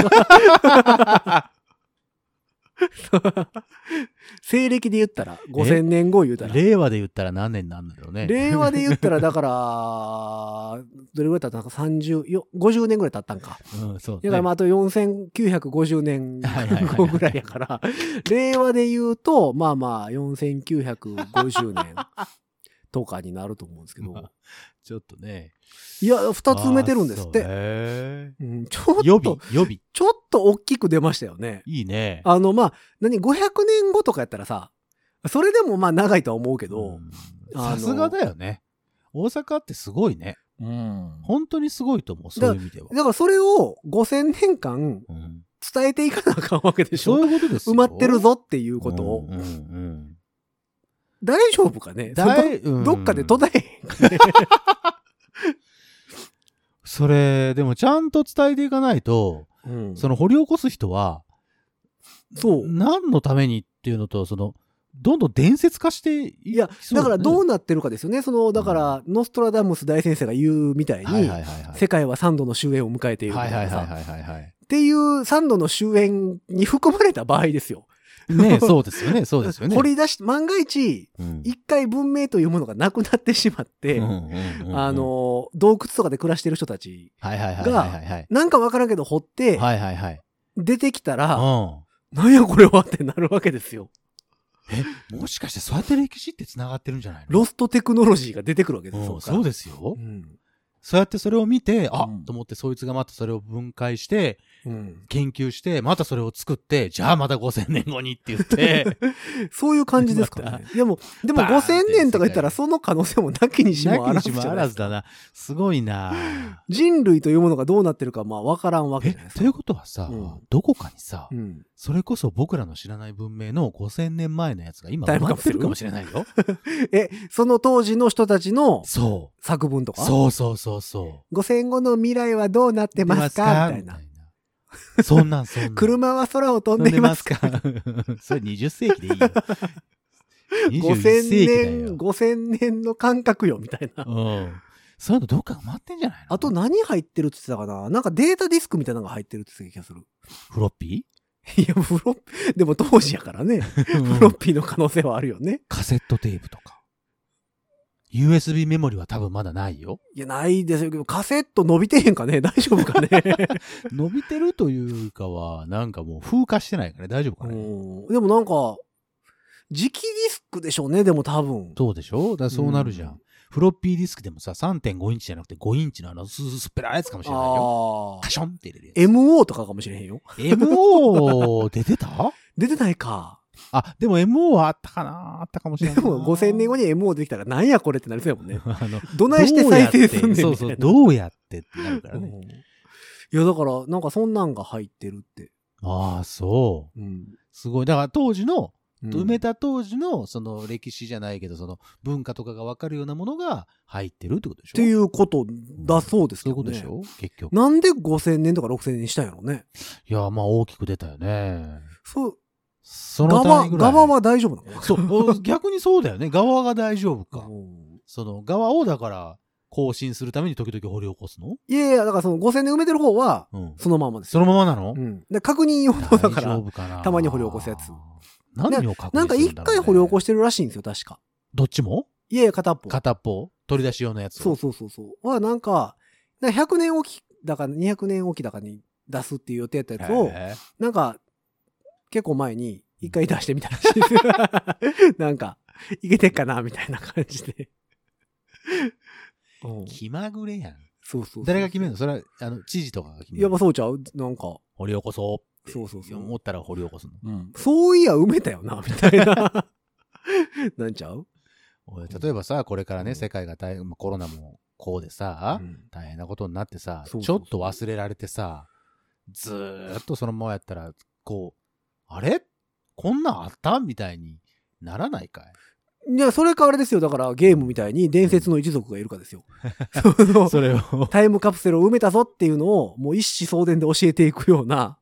西暦で言ったら、5000年後言うたら。
令和で言ったら何年になるんだろう ね。
令和で言ったら、だから、どれぐらい経ったのか、30、よ50年ぐらい経ったんか。
うん、そう、
だからまああと4950年
はいはいはいはい
後ぐらいやから、令和で言うと、まあまあ4950年とかになると思うんですけど
ま、あちょっとね。
いや、二つ埋めてるんですっ
あーそう
て。
へ
うんち
ー
ょ
予
っ
備
と、、
予備。
ちょっと大きく出ましたよね。
いいね。
あの、まあ、何、500年後とかやったらさ、それでもまあ長いとは思うけ
う
ど、
ん
あの
さすがだよね。大阪ってすごいね。
うん
本当にすごいと思う、そういう意味では。
だからそれを5000年間
うん
伝えていかなあかんわけでし
そ
ょ
ういうことです
埋
よ。
まってる
っ
ぞっていうことを。
うんうん
大丈夫か
う
ね
ん。
それ
だいうん
どっかで途絶えへんかね。
それ、でもちゃんと伝えていかないと、
うん
その掘り起こす人は、
そう。
何のためにっていうのと、その、どんどん伝説化してい
いや、だからど
う
うなってるかですよね。その、だから、ノストラダムス大先生が言うみたい
はい
に
は、いはいはい。
世界は3度の終焉を迎えているみ
は
た
い
い
は
ないさ
はいはいはいはい。
っていう3度の終焉に含まれた場合ですよ。
ねそうですよね、そうですよね。
掘り出し、万が一、
うん、
一回文明というものがなくなってしまって、
うんうんうん
あ、の、洞窟とかで暮らしてる人たち、
はいはいはいはいはいはい。
なんかわからんけど掘って、
はいはいはい。
出てきたら、
う
なんやこれはってなるわけですよ。
ん。もしかしてそうやって歴史って繋がってるんじゃないの
ロストテクノロジーが出てくるわけです
うん
よ。
そう
す。
ですよ
う。ん。
そうやってそれを見て、あ、
うん
と思ってそいつがまたそれを分解して、
うん。
研究して、またそれを作って、じゃあまた5000年後にって言 って、
そういう感じですから
ま
ね。でも、でも
バーンって
5000年とか言ったらその可能性もなきにしもあら
な
ず
き
じ
にし
ゃ
もあ
ない
ら
で
ず
すか。
だな。すごいな
人類というものがどうなってるかまあ分からんわけ
え
じゃないで、す
と
か。
いうことはさ、
うん
どこかにさ、
うん、
それこそ僕らの知らない文明の5000年前のやつが今
タイ
埋
ムカ
まっ
プ
て
セ
る
ル
かもしれな いよ。
え、その当時の人たちの
そ
作文と
う。
か
そうそうそうそう。
5000後の未来はどうなってますかみたいな。
な。そんなんそんなん。
車は空を飛んでいますか
飛ん でますか それ20世紀でいいよ。21
5000
世紀だ
年、
よ。
5000年の感覚よ、みたいな。
うん。そういうのどっか埋まってんじゃないの
あと何入ってるって言ってたかななんかデータディスクみたいなのが入ってるって言ってた気がする。
フロッ
い
ピ
や、フロッピー、でも当時やからね。
ー
フロッピーの可能性はあるよね。
カセットテープとか。USB メモリは多分まだないよ。
いや、ないですよ。けどカセット伸びてへんかね大 丈夫か ね
伸びてるというかは、なんかもう風化してないからね大丈夫
う
かね。
ん。でもなんか、磁気ディスクでしょうね、でも多分。
そうでしょだからそうなるじゃん。
うん
フロッピーディスクでもさ、3.5インチじゃなくて5インチのあの、スースースペラーやつかもしれないよ。
あ
カションって入れるやつ
あ。MO とかかもしれへんよ。
MO 出てた
出てないか。
あ、でも MO はあったかなあったかもしれ
で
ないな。。
も5000年後に MO できたらなんやこれってなりそうやもんね
あの、
どないして再生すんねんみたいな。
そうそう、どうやってってなるからね。
うんいや、だから、なんかそんなんが入ってるって。
ああ、そう。
うん。
すごい。だから当時の、
うん
埋めた当時の、その歴史じゃないけど、その文化とかがわかるようなものが入ってるってことでし
っ
ょ
ていううことだそうですけ
そういうこ
ど
と
ね。
でしょ結局。
なんで5000年とか6000年にしたんやろうね。
いや、まあ大きく出たよね。
そう、
その単
側、
位ぐらい。
側は大丈夫なのかな
そう、逆にそうだよね。側が大丈夫か。
うん
その側をだから、更新するために時々掘り起こすの
いやいや、だからその5000年埋めてる方は、
うん。
そのまんまですよ。
そのままなの
うん。で確認用の、だから、
夫かな
たまに掘り起こすやつ。
何を確認するんだろう、ね、
なんか一回掘り起こ
し
してるらしいんですよ、確か。
どっちも
いやいや、片っぽ。
片っぽ取り出し用のやつ
そうそうそうそう。は、なんか、なんか100年おきだか200年おきだかに出すっていう予定やったやつを、
へえ
なんか、結構前に一回出してみたらしいです。 なんか、いけてっかなみたいな感じで。うん
気まぐれやん。
そうそうそう
誰が決めるのそれは、あの、知事とかが決め
いや
る
っぱそうちゃうなんか、
掘り起こそうって。
そうそうそう
思ったら掘り起こすの。
そういや埋めたよな、みたいな。 なんちゃう
おい例えばさ、これから
う
ね、
ん
世界が大変、まあコロナもこうでさ、
うん
大変なことになってさ、
そうそうそう
ちょっと忘れられてさ、ずーっとそのままやったら、こう、あれこんなんあったみたいにならないかい
いや、それかあれですよ。だからゲームみたいに伝説の一族がいるかですよ。 その
それを、
タイムカプセルを埋めたぞっていうのを、もう一子相伝で教えていくような。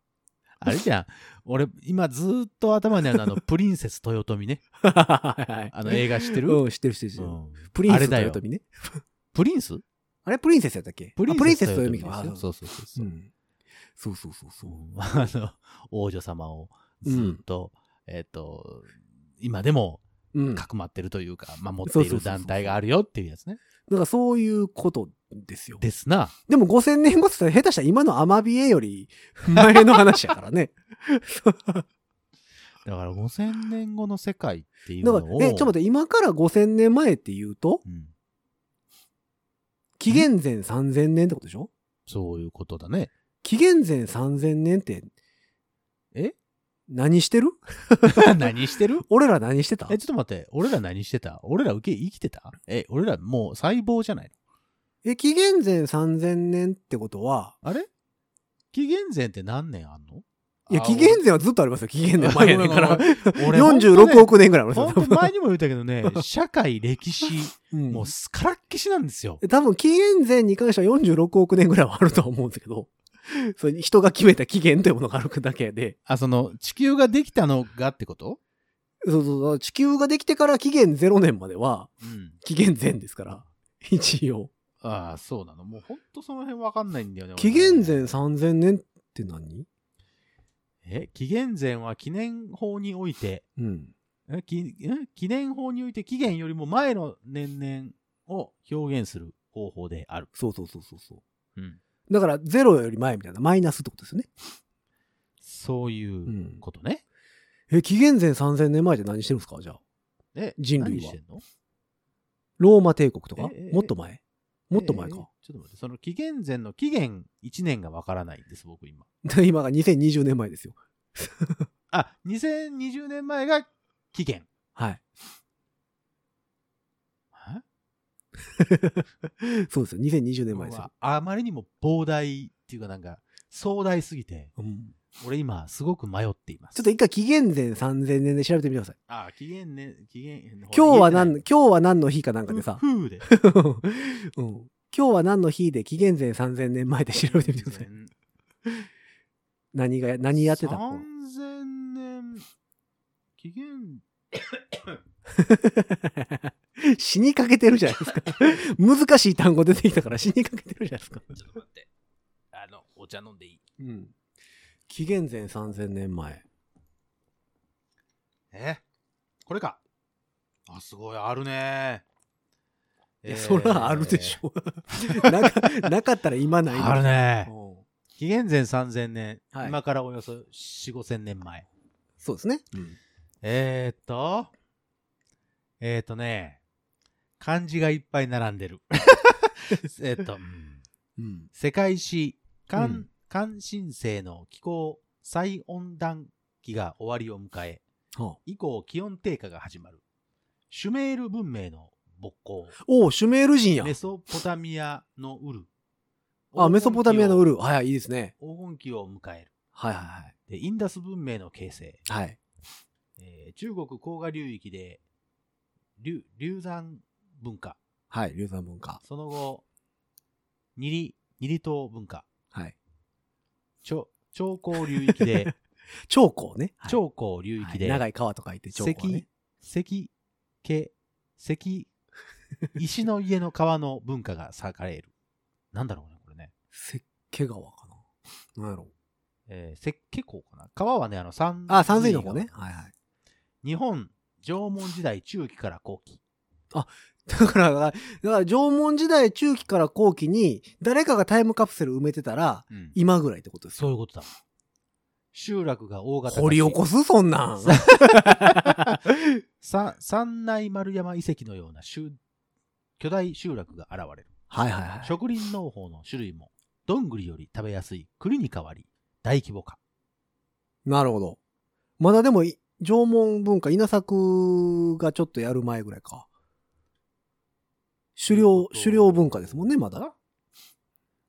あれじゃん。俺、今ずーっと頭にある のあの、プリンセス豊臣ね。
あ
あの映画知ってる、
うん、知ってる知ってる知って
う
る。
ん
プリン
あれ
セス
だ
と
よ
いうね。
プリンス
あれプリンセスやったっけあプリンセスという意味か。
ですよそうそうそうそうう。
んそうそうそうそう。
うんあの、王女様をずっと、えっ、と、今でも
うん。
かくまってるというか、守っ
そ
て
う
い
そうそう
る
そう
団体があるよっていうやつね。
なんかそういうことですよ。
ですな。
でも5000年後って言ったら下手したら今のアマビエより前の話やからね。
だから5000年後の世界っていう
だ
の
か
を。
ら、え、ちょっと待って、今から5000年前って言うと、
うん
紀元前3000年ってことでしょ
そういうことだね。
紀元前3000年って、
え
何してる
何してる
俺ら何してた
え、ちょっと待って、俺ら何してた俺ら受け生きてたえ、俺らもう細胞じゃない
え、紀元前3000年ってことは、
のあれ紀元前って何年あんの
いや、
あ
紀元前はずっとありますよ。紀元前前やねんから。
俺
46億年ぐらいあります
本当
よ
ね。本当前にも言ったけ どね、社会、歴史、
うん
もうすからっきしなんですよ。
多分、紀元前に関しては46億年ぐらいはあるとは思うんですけど、 それ人が決めた紀元というものがあるだけで、
あ、その、地球ができたのがってこと
そうそうそう、地球ができてから紀元0年までは、
うん。
紀元前ですから、一応。
ああ、そうなの。もう本当その辺わかんないんだよね。
紀元前
俺ね
3000年って何
え、紀元前は記念法において、
うん。
えきえ記念法において期限よりも前の年々を表現する方法である。
そうそうそうそうそ
うん。
う。だから、ゼロより前みたいな、マイナスってことですよね。
そういうことね。
え、紀元前3000年前って何してるんですかじゃあ。
え、
人類は
何してんの
ローマ帝国とか
ええ
もっと前もっと前
えー
か。
ちょっと待って、その紀元前の期限1年がわからないんです、僕今。
で 今が2020年前ですよ。
あ、2020年前が期限。
はい。
え
そうですよ。2020年前です
う
よ
わ。あまりにも膨大っていうかなんか壮大すぎて、
うん
俺今すごく迷っています。
ちょっと一回紀元前3000年で調べてみてください。
あ、期限ね、期限。
今日は何、
だ
今日は何の日かなんかで さ。
ふうで。
うん今日は何の日で紀元前3000年前で調べてみてください。何が、何やってたの
?3000 年、期限、
死にかけてるじゃない ですか。難しい単語出てきたから死にかけてるじゃないですか。
ちょっと待って。あの、お茶飲んでいい
うん。紀元前3000年前。
えこれか。あ、すごい、あるね。
いや、そらあるでしょ。 なかなかったら今ないのに
あるね。
うん
紀元前3000年、
はい
今からおよそ4、5000年前。
そうですね。
えー、っと、えー、っとね、漢字がいっぱい並 んでる。えーっと、うん
うん。
世界史、
う
関
ん、
関新世の気候最温暖期が終わりを迎え、
はあ
以降気温低下が始まる。シュメール文明の勃興。
おうシュメール人や。
メソポタミアのウル。
あ、メソポタミアのウ
ル。
ル。はいはい、いいですね。
黄金期を迎える。
はいはい
で、インダス文明の形成。
はい。はい。
えー中国黄河流域で、流、流山文化。
はい、流産文化。
その後、ニリ、ニリ島文化。
はい。
長、長江流域で、
長江ね。 はい
長江流域で、
はい長い川と書いて長江ね。
関、関、関、関、石の家の川の文化が栄える。なんだろうね、これね。
石家川かな。なんやろ
えー、石家港かな川はね、あの、三
あ、山水の方ね。。はいはい。
日本、縄文時代中期から後期。
だから、だから縄文時代中期から後期に、誰かがタイムカプセル埋めてたら、
うん
今ぐらいってことですよ。
そういうことだもん。集落が大型化し
掘り起こすそん なん。
さ三内丸山遺跡のような集巨大集落が現れる。
はいはいはい。
植林農法の種類も、どんぐりより食べやすい栗に変わり、大規模化。
なるほど。まだでもい、縄文文化、稲作がちょっとやる前ぐらいか。狩猟、狩猟文化ですもんね、まだ。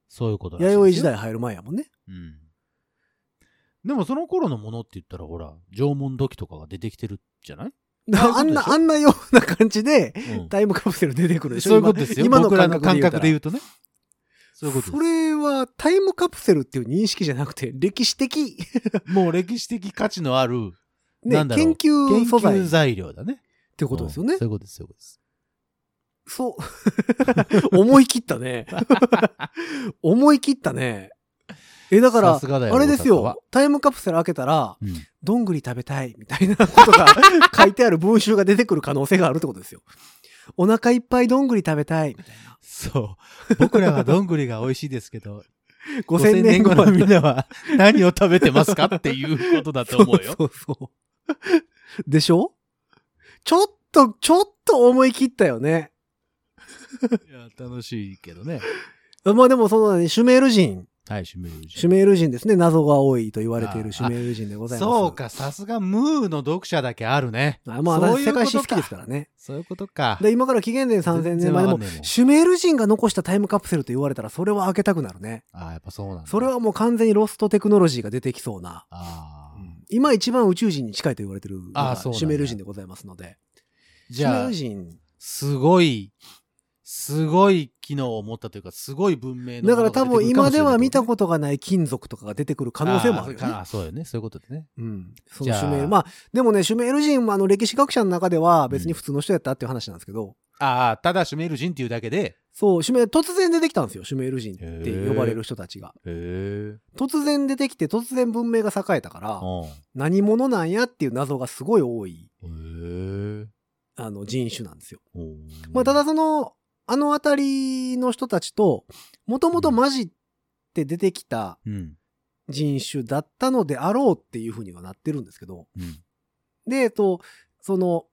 そういうことらしいですよ
弥生時代入る前やもんね。
うん。でもその頃のものって言ったら、ほら、縄文土器とかが出てきてるじゃない、
あんな、あんなような感じで、
うん
タイムカプセル出てくるでしょ
そういうことですよ。
今今の
僕ら
感
の
覚
感覚で言
う
うとね。
た
そう
ら。
いうこと
そ
で
れはタイムカプセルっていう認識じゃな くて、歴史的、
す。もう歴史的価値のある
ね、
なんだろ
研
う
究
研
素材っ
究材料だね。
てことですよね
うん。そういうことです、そういうことです。
そう。思い切ったね。思い切ったね。え、だから、
さすがだよ
あれです
大阪は
よ、タイムカプセル開けたら、
うん
どんぐり食べたいみたいなことが 書いてある文集が出てくる可能性があるってことですよ。お腹いっぱいどんぐり食べたい。
そう。僕らはどんぐりが美味しいです けど、
5000年後
のみん なは何を食べてますかっていうことだと思うよ。
そうそうそう。でしょちょっと、ちょっと思い切ったよね。
いや楽しいけどね。
まあでもその、ね、シュメール人。
はい、シュメール
シュメール人ですね。謎が多いと言われているシュメール人でございます。
そう。か、さすがムーの読者だけあるね。
あまあ
そう
私
い
世
うこと
界
か
史好きですからね。
そういうことか。
で、今から紀元前3000年前でも
全然わかんねえも、ん
シュメール人が残したタイムカプセルと言われたら、それは開けたくなるね。
ああ、やっぱそうなんだ。
それはもう完全にロストテクノロジーが出てきそうな。
ああ、
今一番宇宙人に近いと言われてるの
あ
が
ーそうなんだ
シュメール人でございますので。
じ
シュメ
ゃ
ー
あ
ル、人。
すごい、すごい機能を持ったというか、すごい文明の
だから多分今では見た
と
ことがない金属とかが出てくる可能性もあるよ
あー
ね。
あー、そうよね。そういうことでね。
うん。そ
じ
の
ゃあ
シュメール。まあ、でもね、シュメール人はあの歴史学者の中では別に普通の人やったっていう話なんですけど、
ああ、ただシュメール人っていうだけで、
そう、シュメール、突然出てきたんですよ。シュメール人って呼ばれる人たちが。
へえ。
突然出てきて、突然文明が栄えたから、
うん。
何者なんやっていう謎がすごい多い
へえ。
あの人種なんですよ。
うん
まあ、ただそのあの辺りの人たちともともと混じって出てきた
うん。
人種だったのであろうっていうふうにはなってるんですけど
うん。
でえっとその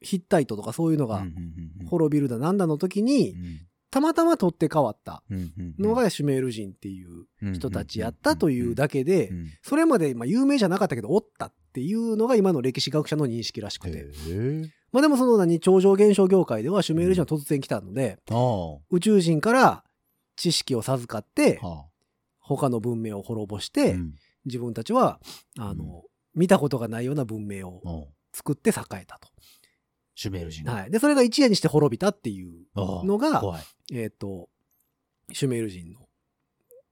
ヒッタイトとかそういうの
う
が
んうんうん
滅びるだなんだの時に
うん
たまたま取って変わった
うんうん
のがシュメール人っていう人たちやったというだけ
け
で
ん。
それまでまあ有名じゃなかったけどおったっていうのが今の歴史学者の認識らしく
へ
て。
え。
まあでもその何、超常現象業界ではシュメール人は突然来たので、
ああ。は
宇宙人から知識を授かって、
あ。
他の文明を滅ぼして、
うん
自分たちは、あの、見たことがないような文明を
うん
作って栄えた
シュメール人
と。
が。
はい。で、それが一夜にして滅びたっていうの
ああ
が、
怖い。
えっ、と、シュメール人の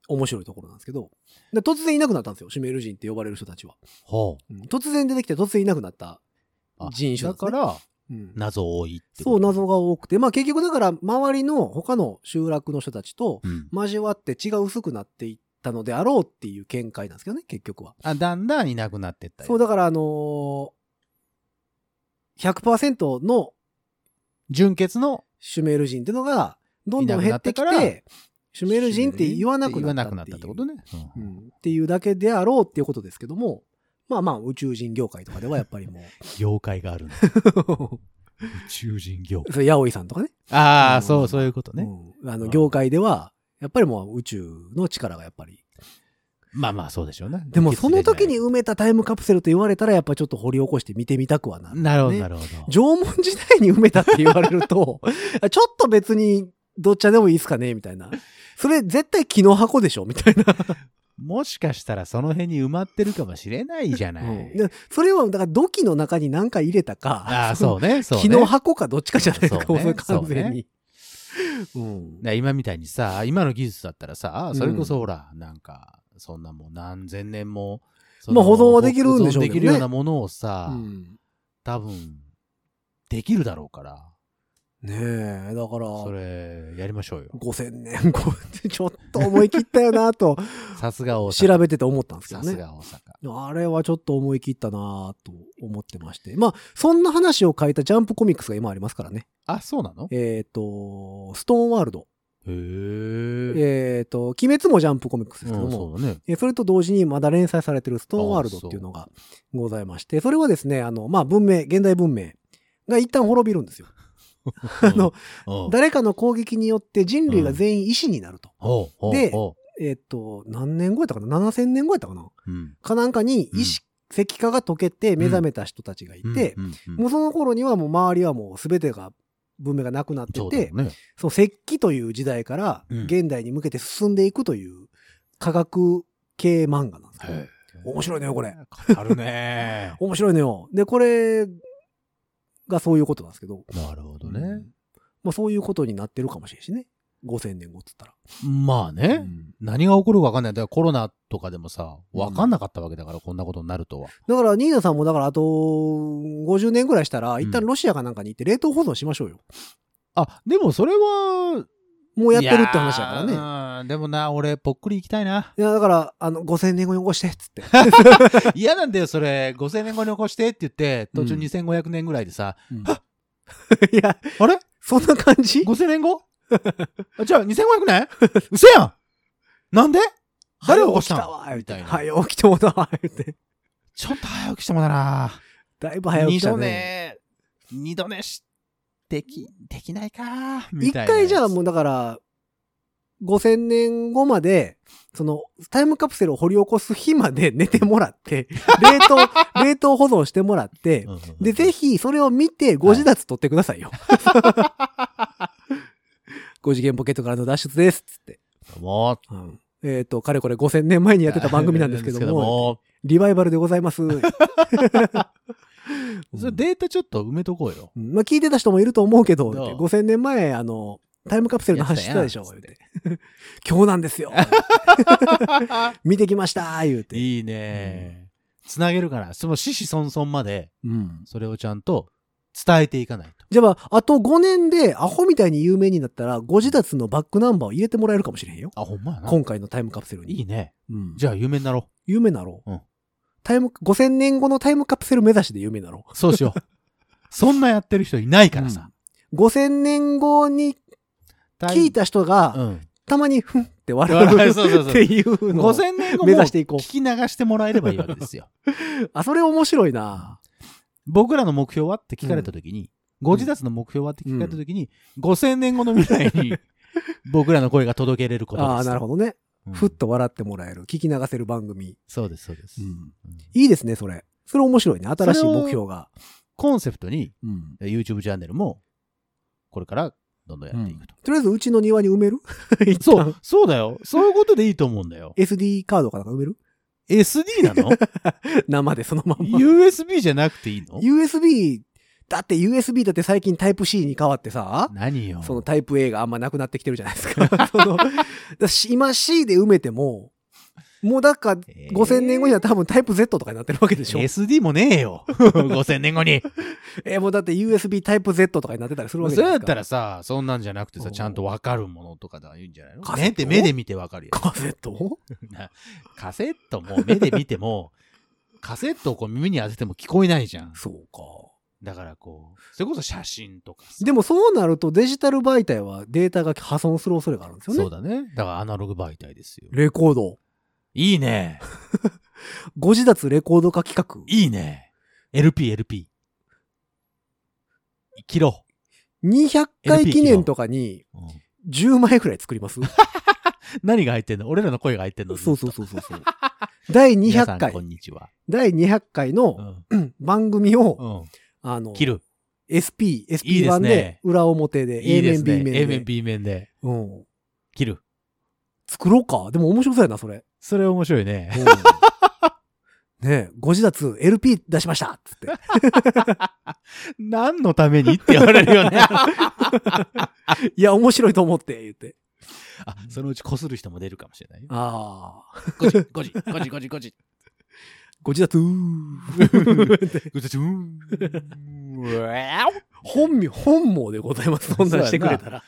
面白いところなんですけど、で突然いなくなったんですよ、シュメール人って呼ばれる人たちは。
ほう
うん突然出てきて突然いなくなった。
あ
人種なん
だ
ですね
から、
うん
謎多いって
そう、
こと
謎が多くて。まあ結局だから、周りの他の集落の人たちと
うん
交わって血が薄くなっていったのであろうっていう見解なんですけどね、結局は。
あだんだんいなくなってったよ
そう、だからあのー、100%の
純血の
シュメール人っていうのが、どんどん減ってき
いなくなって
て、シュメール人って言わなくなった
言わなくなったってことね、
う
うん
んっていうだけであろうっていうことですけども、まあまあ宇宙人業界とかではやっぱりも
業界があるん だ宇宙人業
う、それ、ヤオイさんとかね。
界あ
う
あ
ん
そうそういうことね、
うんあの、業界では、やっぱりもう宇宙の力がやっぱり
まあまあそうでしょうね
でもその時に埋めたタイムカプセルと言われたらやっぱちょっと掘り起こして見てみたくはなる。
なるほど
ね
なるほど、
縄文時代に埋めたって言われる と、ちょっと別にどっちでもいいっすかねみたいな。それ絶対木の箱でしょみたいな。
もしかしたらその辺に埋まってるかもしれないじゃない、
でそれはだから土器の中に何か入れたか、
ああそうねそうね
木の箱かどっちかじゃないですか、
そうね
もうそれ完全に。うん
ね今みたいにさ今の技術だったらさ
うん
それこそほら、なんかそんなもう何千年もそ
まあ
の
保存はできるんでしょうけど
保存
ね
できるようなものを
う
さ、
ん
多分できるだろうから
ねえ、だから、
それやりましょうよ
5000年後ってちょっと思い切ったよ なと、
さすが大阪
調べてて思ったんですけど
さ
ね。
すが大阪
あれはちょっと思い切ったなぁと思ってまして。まあ、そんな話を書いたジャンプコミックスが今ありますからね。
あそうなのへ
えっ、と、ストーンワールド。
え
えっ、と、鬼滅もジャンプコミックスですけども、
そうだね
えーそれと同時にまだ連載されてるストーンワールドっていうのがございまして、それはですね、あの、まあ、文明、現代文明が一旦滅びるんですよ。
あ
の
うん
誰かの攻撃によって人類が全員医師になると。
ほうほう
で
ほ
えっ、と、何年後やったかな ?7000 年後やったかな
ううん
かなんかに
うん
意識、石化が溶けて目覚めた人たちがいて、
うんうん
もうその頃にはもう周りはもう全てが文明がなくなって
そうだ
て
よ、ね
その石器という時代から
うん
現代に向けて進んでいくという科学系漫画なんですけど、
へえ
面白いねこれ
あるね
面白いのよ。で、これがそういうことなんですけど、
なるほど
う
ね
んまあそういうことになってるかもしれんしね。5000年後っつったら。
まあ
う
ね
ん
何が起こるか分かんないだからコロナとかでもさ分かんなかったわけだからこんなことになるとは
だから、ニーナさんもだからあと50年ぐらいしたら、一旦ロシアかなんかに行って冷凍保存しましょうよ。
あでもそれは
もうやってるって話だからね。
いやーうんでもな、俺、ぽっくり行きたいな。
いや、だから、あの、5000年後に起こして、つって。
嫌なんだよ、それ。5000年後に起こしてって言って、途中
うん
2500年ぐらいでさ、
いや、
あれ
そんな感じ
?5000 年後あじゃあ2500年嘘やんなんで誰が起こしたの
はい起きたわ、みたいな。
みた
はい、起きてもたわ、言って。
ちょっと早起きしてもだな。
だいぶ早起き
二
た
度
ね。
ね、二度寝し、でき、できないかみ
一
たいなやつ。
回じゃあもうだから、5000年後まで、その、タイムカプセルを掘り起こす日まで寝てもらって、冷凍、冷凍保存してもらって
う、んうんうん、
で、ぜひ、それを見て、ご自立取ってくださいよ。5次元ポケットからの脱出です、つって。
もう、
うんえっ、と、かれこれ5000年前にやってた番組なんですけども、リバイバルでございます。
それデータちょっと埋めとこ うよ。
うんまあ、聞いてた人もいると思うけど、
どう
5000年前、あの、タイムカプセルの話してたでしょ、
や
言
って
うて。 今日なんです よ。見てきました、言うて。
いいね。つなげるから、その死死孫孫まで、
うん
それをちゃんと伝えていかないと。
じゃあ、あと5年でアホみたいに有名になったら、ご自立のバックナンバーを入れてもらえるかもしれへんよ。
あ、ほんまやな。
今回のタイムカプセルに。
いいね。
うん、
じゃあ、有名になろ
有名なろ
うん
タイム、5000年後のタイムカプセル目指しで有名なろ
う。そうしよ う。そんなやってる人いないからさ。
5000年後に
大
聞いた人が、
うん。
たまに、ふんって
笑
笑
う
う
そうそうそう
っていうのを
5000年後
目
も
指し
聞
ていこう。
き流してもらえればいいわけですよ。
あ、それ面白いな。
僕らの目標はって聞かれたときに、ご自立の目標はって聞かれたときに、5000年後の未来に僕らの声が届けれることです。
ああ、なる
ほ
ほどね。
ど
ふっと笑ってもらえる、聞き流せる番組。
そうです、そうです。うん
いいですね、それ。それ面白いね。新しい
それを
目標が。
コンセプトに
うん。
YouTube チャンネルもこれからどんどんやっていくと。
とりあえず、うちの庭に埋める一
そ
旦
う、 そうだよ。そういうことでいいと思うんだよ。
SD カードかなんか埋める
SD なの
生でそのまんま。
?USB じゃなくていいの
USB、だって USB だって最近タイプ C に変わってさ、
何よ。
そのタイプ A があんまなくなってきてるじゃないですか。 そのだし今 C で埋めても、もうだから
えー
5000年後には多分タイプ Z とかになってるわけでしょ。え
SD もね えよ。5000年後に。
ーもうだって USB タイプ Z とかになってたりするわけ
そ
じ
れ
ゃな
だ
い
っ
です
た
か。
らさ、そんなんじゃなくてさ、ちゃんとわかるものとかだ言うんじゃないの
カセット
目って目で見てわかるよ。
カセット
なカセットも目で見 ても、カセットをこう耳に当てても聞こえないじゃん。
そうか。
だからこう、それこそ写真とかさ。
でもそうなるとデジタル媒体はデータが破損する恐れがあるんですよね。
そうだね。だからアナログ媒体ですよ。
レコード。
いいね。
ご自立レコード化企
いいね。LP、LP。切ろ
画。200回記念とかに
う。
10枚くらい作り ます
何が入ってんの俺らの声が入ってんの。
そうそうそううそうそう。第
皆さ
200
ん
回
こ、んにちは。
第200回
う
の
ん。
番組を、
うん。
あの、
切る。
SP、
いい
SP
です
版
ね
で、裏表で、
い
A
いで
面、
す
B
ね
面。で。
A 面、B 面で。
うん。
切る。
作ろうか。でも面白そうやな、そ れ。
それ面白いね。
うんねえ、ご自立 LP 出しましたっつって。
何のためにって言われる よね。
いや、面白いと思って、言って。
あ、そのうち擦る人も出るかもしれないよ。
ああ、
ゴジ、ゴジ、ゴジ、ゴジ、ゴジ。
ご自立うー
うちうーん。うわ
本名、本望でございます。そんなんしてくれたら。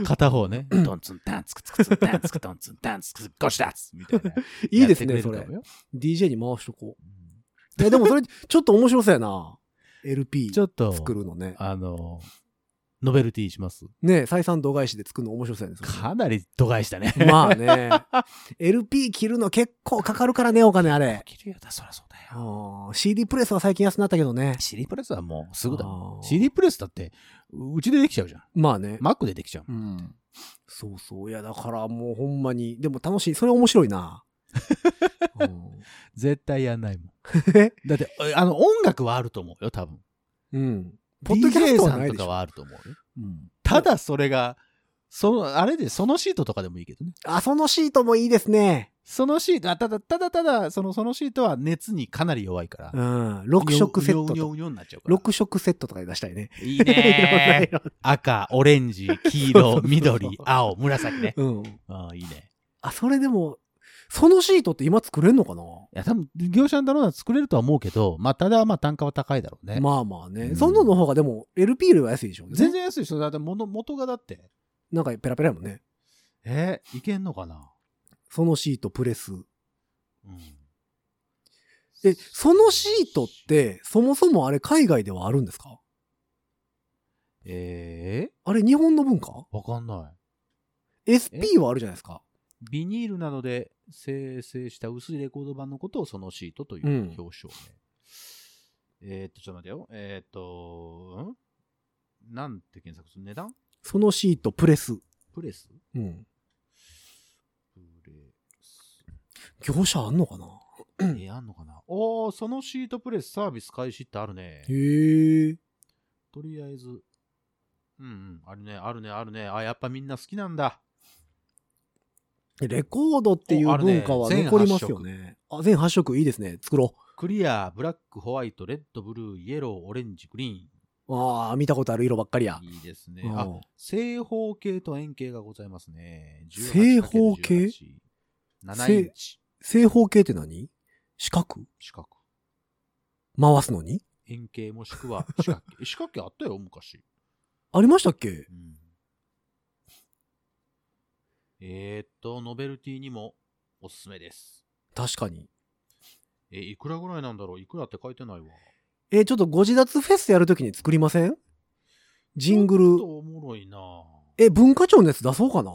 お片方ね。ドンツンタンツクツクツンタンツクドンツンタンツクツゴシダツみたいな。
いいですね、
やって
そ
く
れ
るかも。よ
DJ に回しとこう。え、でもそれ、ちょっと面白そうやな。LP
ちょっと、
作るのね。
あの、ノベルティします。
ねえ、採算度外視で作るの面白そうやね。それ
かなり度外したね。
まあね。LP 切るの結構かかるからね、お金あれ。
切るよだ、そりゃそうだよ。
あー CD プレスは最近安くなったけどね。
CD プレスはもうすぐだ。
あー
CD プレスだって、うちでできちゃうじゃん。
まあね。
Mac でできちゃうもん。
うん。そうそう。いや、だからもうほんまに。でも楽しい。それ面白い な。うん
絶対やんないもん。
え
だって、あの、音楽はあると思うよ、多分。
うん。
ポッドキャストさんとかはあると思うよ。
うん
ただそれが、その、あれで、そのシートとかでもいいけどね。
あ、そのシートもいいですね。
そのシート、あただ、ただただ、その、そのシートは熱にかなり弱いから。
うん。6色セット
にょ
と。
うにょうにょうになっちゃうから。
6色セットとかで出したいね。。
いいね
色々
赤、オレンジ、黄
そうそう
色、
そう
緑、青、紫ね。
うん。
ああ、いいね。
あ、それでも、そのシートって今作れんのかない
や、多分、業者だろうな作れるとは思うけど、まあ、ただ、まあ、単価は高いだろうね。
まあまあね。
うん
そんなのの方がでも LP よりは安いでしょうね。
全然安いでしょ。だって、もの元がだって、
なんかペラペラやもんね。
えーいけんのかな
そのシートプレス。
うん。
え、そのシートって、そもそもあれ海外ではあるんですか
え
あれ日本の文化
ー、わかんない。
?SP はあるじゃないですか。
ビニールなどで生成した薄いレコード版のことをそのシートという
うん
表彰名。えーっと、ちょっと待ってよ。えーっと、んなんて検索する値段
そのシートプレス。
プレス
うん。
プレス。
業者あんのかな
えーあんのかなおー、そのシートプレスサービス開始ってあるね。
へえ。
とりあえず。うんうん。あるね、あるね、あるね。あ、やっぱみんな好きなんだ。
レコードっていう
おあるね
文化は残りますよね。あ、全8色いいですね。作ろ
クリア、ブラック、ホワイト、レッド、ブルー、イエロー、オレンジ、グリ
う。ああ、見たことある色ばっかりや
ーン。。いいですね。あ、
あ
正方形と円形がございますね。
正方形
?7 インチ
正方形って何四角
四角。
回すのに
円形もしく は四角形。四角形あったよ、昔。
ありましたっけ
うん、えー、っと、ノベルティにもおすすめです。
確かに。
え、いくらぐらいなんだろういくらって書いてないわ。
えーちょっとご自立フェスやるときに作りませんジング
ち
ル
ょっ。とおもろいな
え、文化庁のやつ出そうかな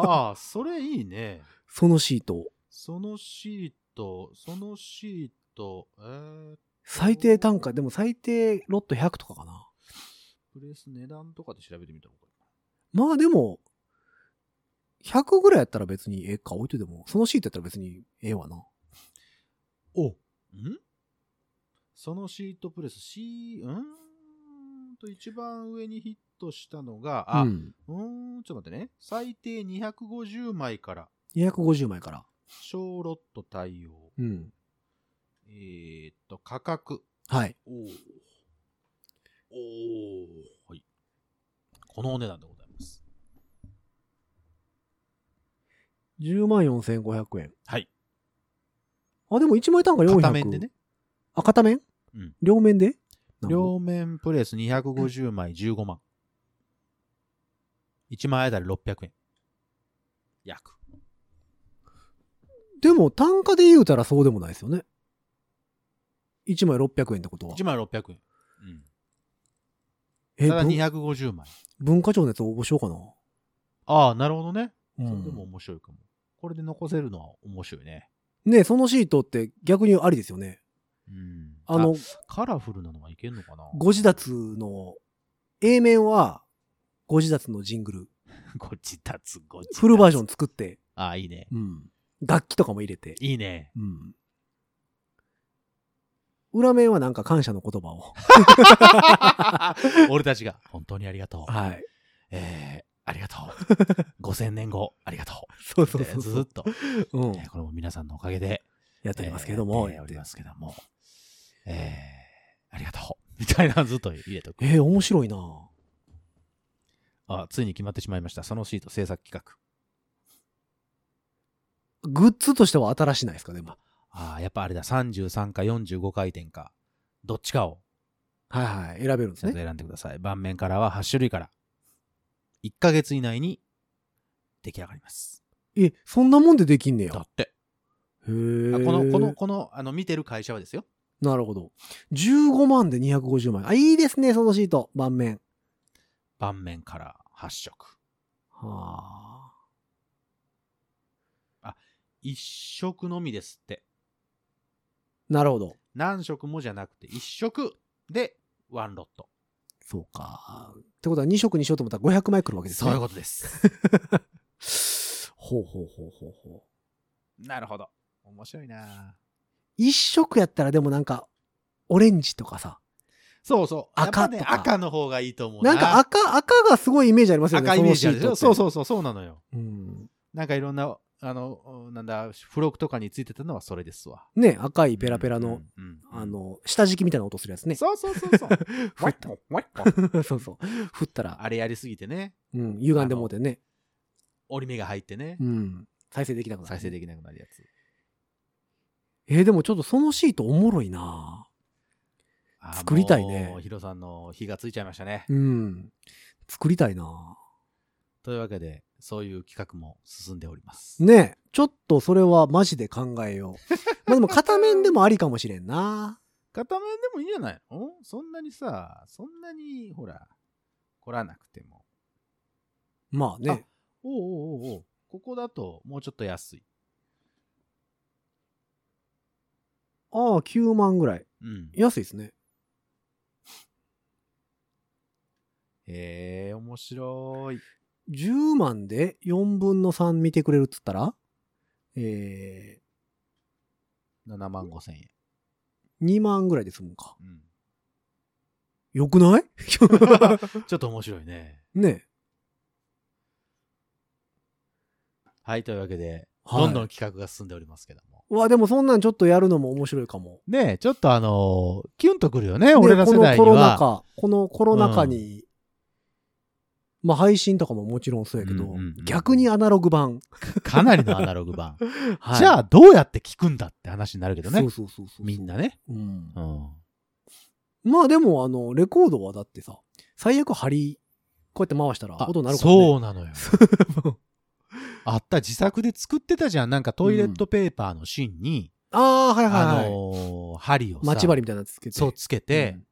ああ、それいいね。
そのシート。
そのシート、そのシート、えー、
最低単価、でも最低ロット100とかかな。
プレス値段とかで調べてみたのか
まあでも、100ぐらいやったら別にええか置いといても、そのシートやったら別にええわな。
おんそのシートプレス、シー、うーんと一番上にヒットしたのが、あ、
う。
うんーん、ちょっと待ってね。最低250枚から、
250枚から。
小ロット対応。
うん。
えー、っと、価格。
はい。
おーおーはい。このお値段でございます。
10万4500円。
はい。
あ、でも1枚単価400。
片面でね。。
あ、片面
うん
両面で
両面プレス250枚15万。1枚あたり600円。約。
でも単価で言うたらそうでもないですよね。1枚600円ってことは
1。枚600円。うん。
え、
ただ
ぶん
250枚。
文化庁のやつ応募しようかな。
ああ、なるほどね。
う
それ
ん
でも面白いかも。これで残せるのは面白いね。
ねそのシートって逆にありですよね。
うん。
あの、
カラフルなのはいけんのかな
ご自立の、A 面は、ご自立のジングル、
ご自立、ご自立。
フルバージョン。作って、
ああ、いいね。
うん楽器とかも入れて、
い いね。
うん裏面はなんか感謝の言葉を。
俺たちが、本当にありがとう。
はい。
えー、ありがと う。5000年後、ありがと
そう
う。
そうそう
ず
そ
ー
う。
っと、
うん
えーこれも皆さんのおかげで、
やっておりますけども。
えーやっておりますけども。えー、ありがとう。みたいなのずっと入れとく。
えー、面白いな
あ、ついに決まってしまいました。そのシート制作企画。
グッズとしては新しないですか、でも。
ああ、やっぱあれだ。33か45回転か。どっちかを
はいはい。選べるんで
ち
す
ゃんと
ね。
選んでください。盤面からは8種類から。1ヶ月以内に出来上がります。
え、そんなもんでできんねや。
だ
へ
って。
え。こ
あこの、この、この、あの、見てる会社はですよ。
なるほど。15万で250万。あ、いいですね、そのシート。盤面。
盤面から8色。
はあ。
1色のみですって。
なるほど。
何色もじゃなくて、1色でワンロット。
そうか。ってことは2色にしようと思ったら500枚来るわけです
そう
ね。
いうことです。
ほうほうほうほうほう。
なるほど。面白いな
1色やったらでもなんか、オレンジとかさ。
そうそう。
赤
やっぱね
とか
赤の方がいいと思う
なんか赤、赤がすごいイメージありますよね。
赤イメージあるでしょそう
う。
そうそう、そうなのよ。
うん、
なんかいろんな、あの、なんだ、付録とかについてたのはそれですわ。
ね、赤いペラペラの、
うん、うん
あ、の、下敷きみたいな音するやつね。
そうそう そうそう。ふっと、ふっと
そうそう。振ったら、
あれやりすぎてね、
うん、歪んでもうてね。
折り目が入ってね
う、ん。再生できなくなる。
再生できなくなるやつ。
えーでもちょっとそのシートおもろいな
あー
作りたいね
もうヒロさんの火がついちゃいましたね。
うん。作りたいな
というわけで、そういう企画も進んでおります。
ねえ、ちょっとそれはマジで考えよう。 まあでも片面でもありかもしれんな。
片面でもいいんじゃないのそんなにさ、そんなに、ほら、来らなくても。
まあね。
おうおうおうおうここだと、もうちょっと安い。
ああ、9万ぐらい。
うん。
安いですね。
へえ、面白い。
10万で4分の3見てくれるっつったら、え
7万5千円。
ー、2万ぐらいで済むか。
うん。
よく ない
ちょっと面白いね。
ね
はい、というわけで、
はい
どんどん企画が進んでおりますけども。
え。わ、でもそんなんちょっとやるのも面白いかも。
ねえ、ちょっとあのーキュンとくるよね、
で
俺ら世代に
このコロナ
は。
禍、このコロナ禍に、まあ配信とかももちろんそうやけど、
うんうんうん
逆にアナログ版。
かなりのアナログ版。
はい
じゃあ、どうやって聞くんだって話になるけどね。
そうそうそうそう。
みんなね。
うん
う。ん。
まあでも、あの、レコードはだってさ、最悪針、こうやって回したら
あ
音なるからね。
そうなのよ。 あった、自作で作ってたじゃん。なんかトイレットペーパーの芯に、
ああ、はいはい
あ
はい。
のー針をさ、
待ち針みたいなのつけて。
そうつけて、
うん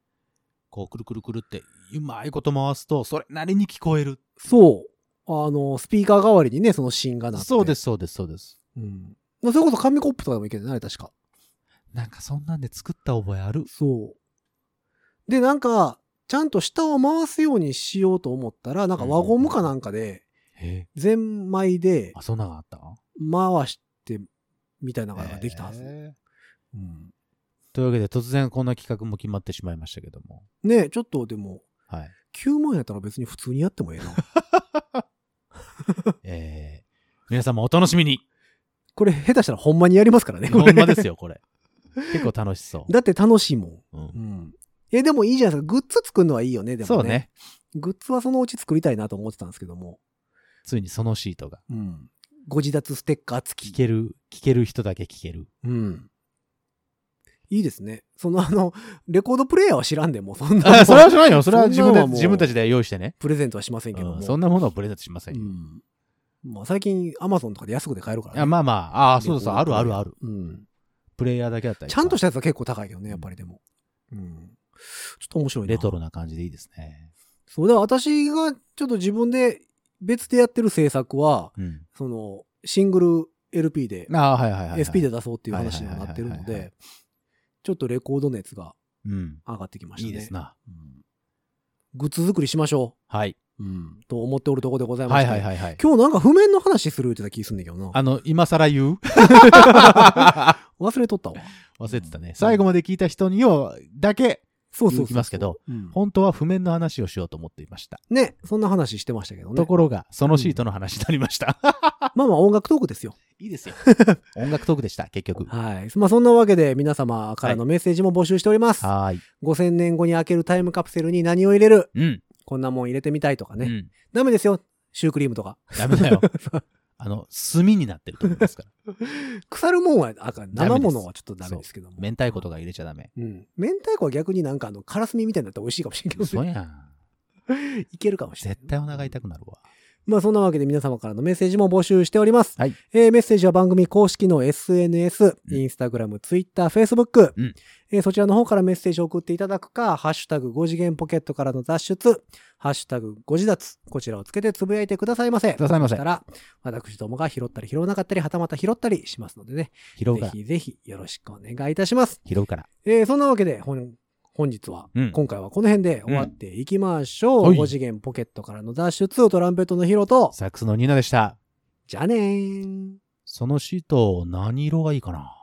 こう、くるくるくるって、うまいこと回すと、それなりに聞こえる。
そう。あの、スピーカー代わりにね、その芯がなって。。
そうですす、そうです、そうです。
うん。まあそれこそ紙コップとかでもいけるね、あれ確か。
なんかそんなんで作った覚えある。
そう。で、なんか、ちゃんと下を回すようにしようと思ったら、なんか輪ゴムかなんかで、
え
ゼンマイで
あ、そんなのあった
回して、みたいなのができたはず。
へえ
うん
というわけで、突然こんな企画も決まってしまいましたけども。
ねえちょっとでも、
はい。
9万やったら別に普通にやってもええな。
えー、皆様お楽しみに。
これ下手したらほんまにやりますからね。これ
ほんまですよ、これ。結構楽しそ
だって楽しいも
う。うん
ん。うん。え、でもいいじゃないですか。グッズ作るのはいいよね、でもね。
そうね。
グッズはそのうち作りたいなと思ってたんですけども。
ついにそのシートが。
うん。ご自立ステッカー付
聞
き。
ける、聞ける人だけ聞ける。
うん。いいですね。そのあの、レコードプレイヤーは知らんでも、そんなもん
あ、それは知らんよ。それは
そん
自
な
分
んは
で
もう
自分たちで用意してね。
プレゼントはしませんけども。
うんそんなものをプレゼントしません
う
よ。
ん。まあ最近アマゾンとかで安くで買えるから、
い
ね。
やまあまあ、ああ、そうそう、あるあるある。
うん。
プレイヤーだけだったり
ちゃんとしたたやつは結構高いけどね、やっぱりでも。うん。ちょっと面白いな。
レトロな感じでいいですね。
そう、だから私がちょっと自分で別でやってる制作は、
うん。
その、シングル LP で、
ああ、はいはいはいはい。
SP で出そうっていう話にはなってる
は
の
いはいはいはいは
で、ちょっとレコード熱が
うん。
上がってきました
い
ね。
いですな。
うんグッズ作りしましょ
はい。
う。うん。と思っておるところでございま
は
し
い
て、
はいはいはい。
今日なんか譜面の話するってた気すんだけどな。
あの、今更言う
忘れとったわ。
忘れてたね。最後まで聞いた人によだけ
そうそうそ
言
う
いきますけど、
うん
本当は譜面の話をしようと思っていました。
ね、そんな話してましたけどね
と。ころが、そのシートの話になりました。
まあまあ音楽トークですよ。
いいですよ。音楽トークでした、結局。は
はい。まあそんなわけで皆様からのメッセージも募集しております。
ーい。
5000年後に開けるタイムカプセルに何を入れる
うん。
こんなもん入れてみたいとかね。
うん。
ダメですよ。シュークリームとか。
ダメだ よ。あの、炭になってると思いますから。
腐るもんはあかん。
ダメで
生
す
ものはちょっとダメですけども。
明太子とか入れちゃダメ。
うん。明太子は逆になんかあの、カラスミみたいになったら美味しいかもしれんけど
嘘
ね。
やん。
いけるかもしれない。
絶対お腹痛くなるわ。
まあそんなわけで皆様からのメッセージも募集しております。
はい
えーメッセージは番組公式の SNS、
うん
インスタグラム、ツイッター、フェイスブック、
うん
えーそちらの方からメッセージを送っていただくか、ハッシュタグ5次元ポケットからの脱出、ハッシュタグ5次脱、こちらをつけてつぶやいてくださいませ。
くださいま
し
せ
た。ら、私どもが拾ったり拾わなかったり、はたまた拾ったりしますのでね、
拾う
ぜ
から。
ひぜひよろしくお願いいたします。
拾うから。
えーそんなわけで、本本日は、
うん
今回はこの辺で終わっていきましょう。
はい
5次元ポケットからの脱出、トランペットのヒロと、
サックスのニーナでした。
じゃあねーん。
そのシート、何色がいいかな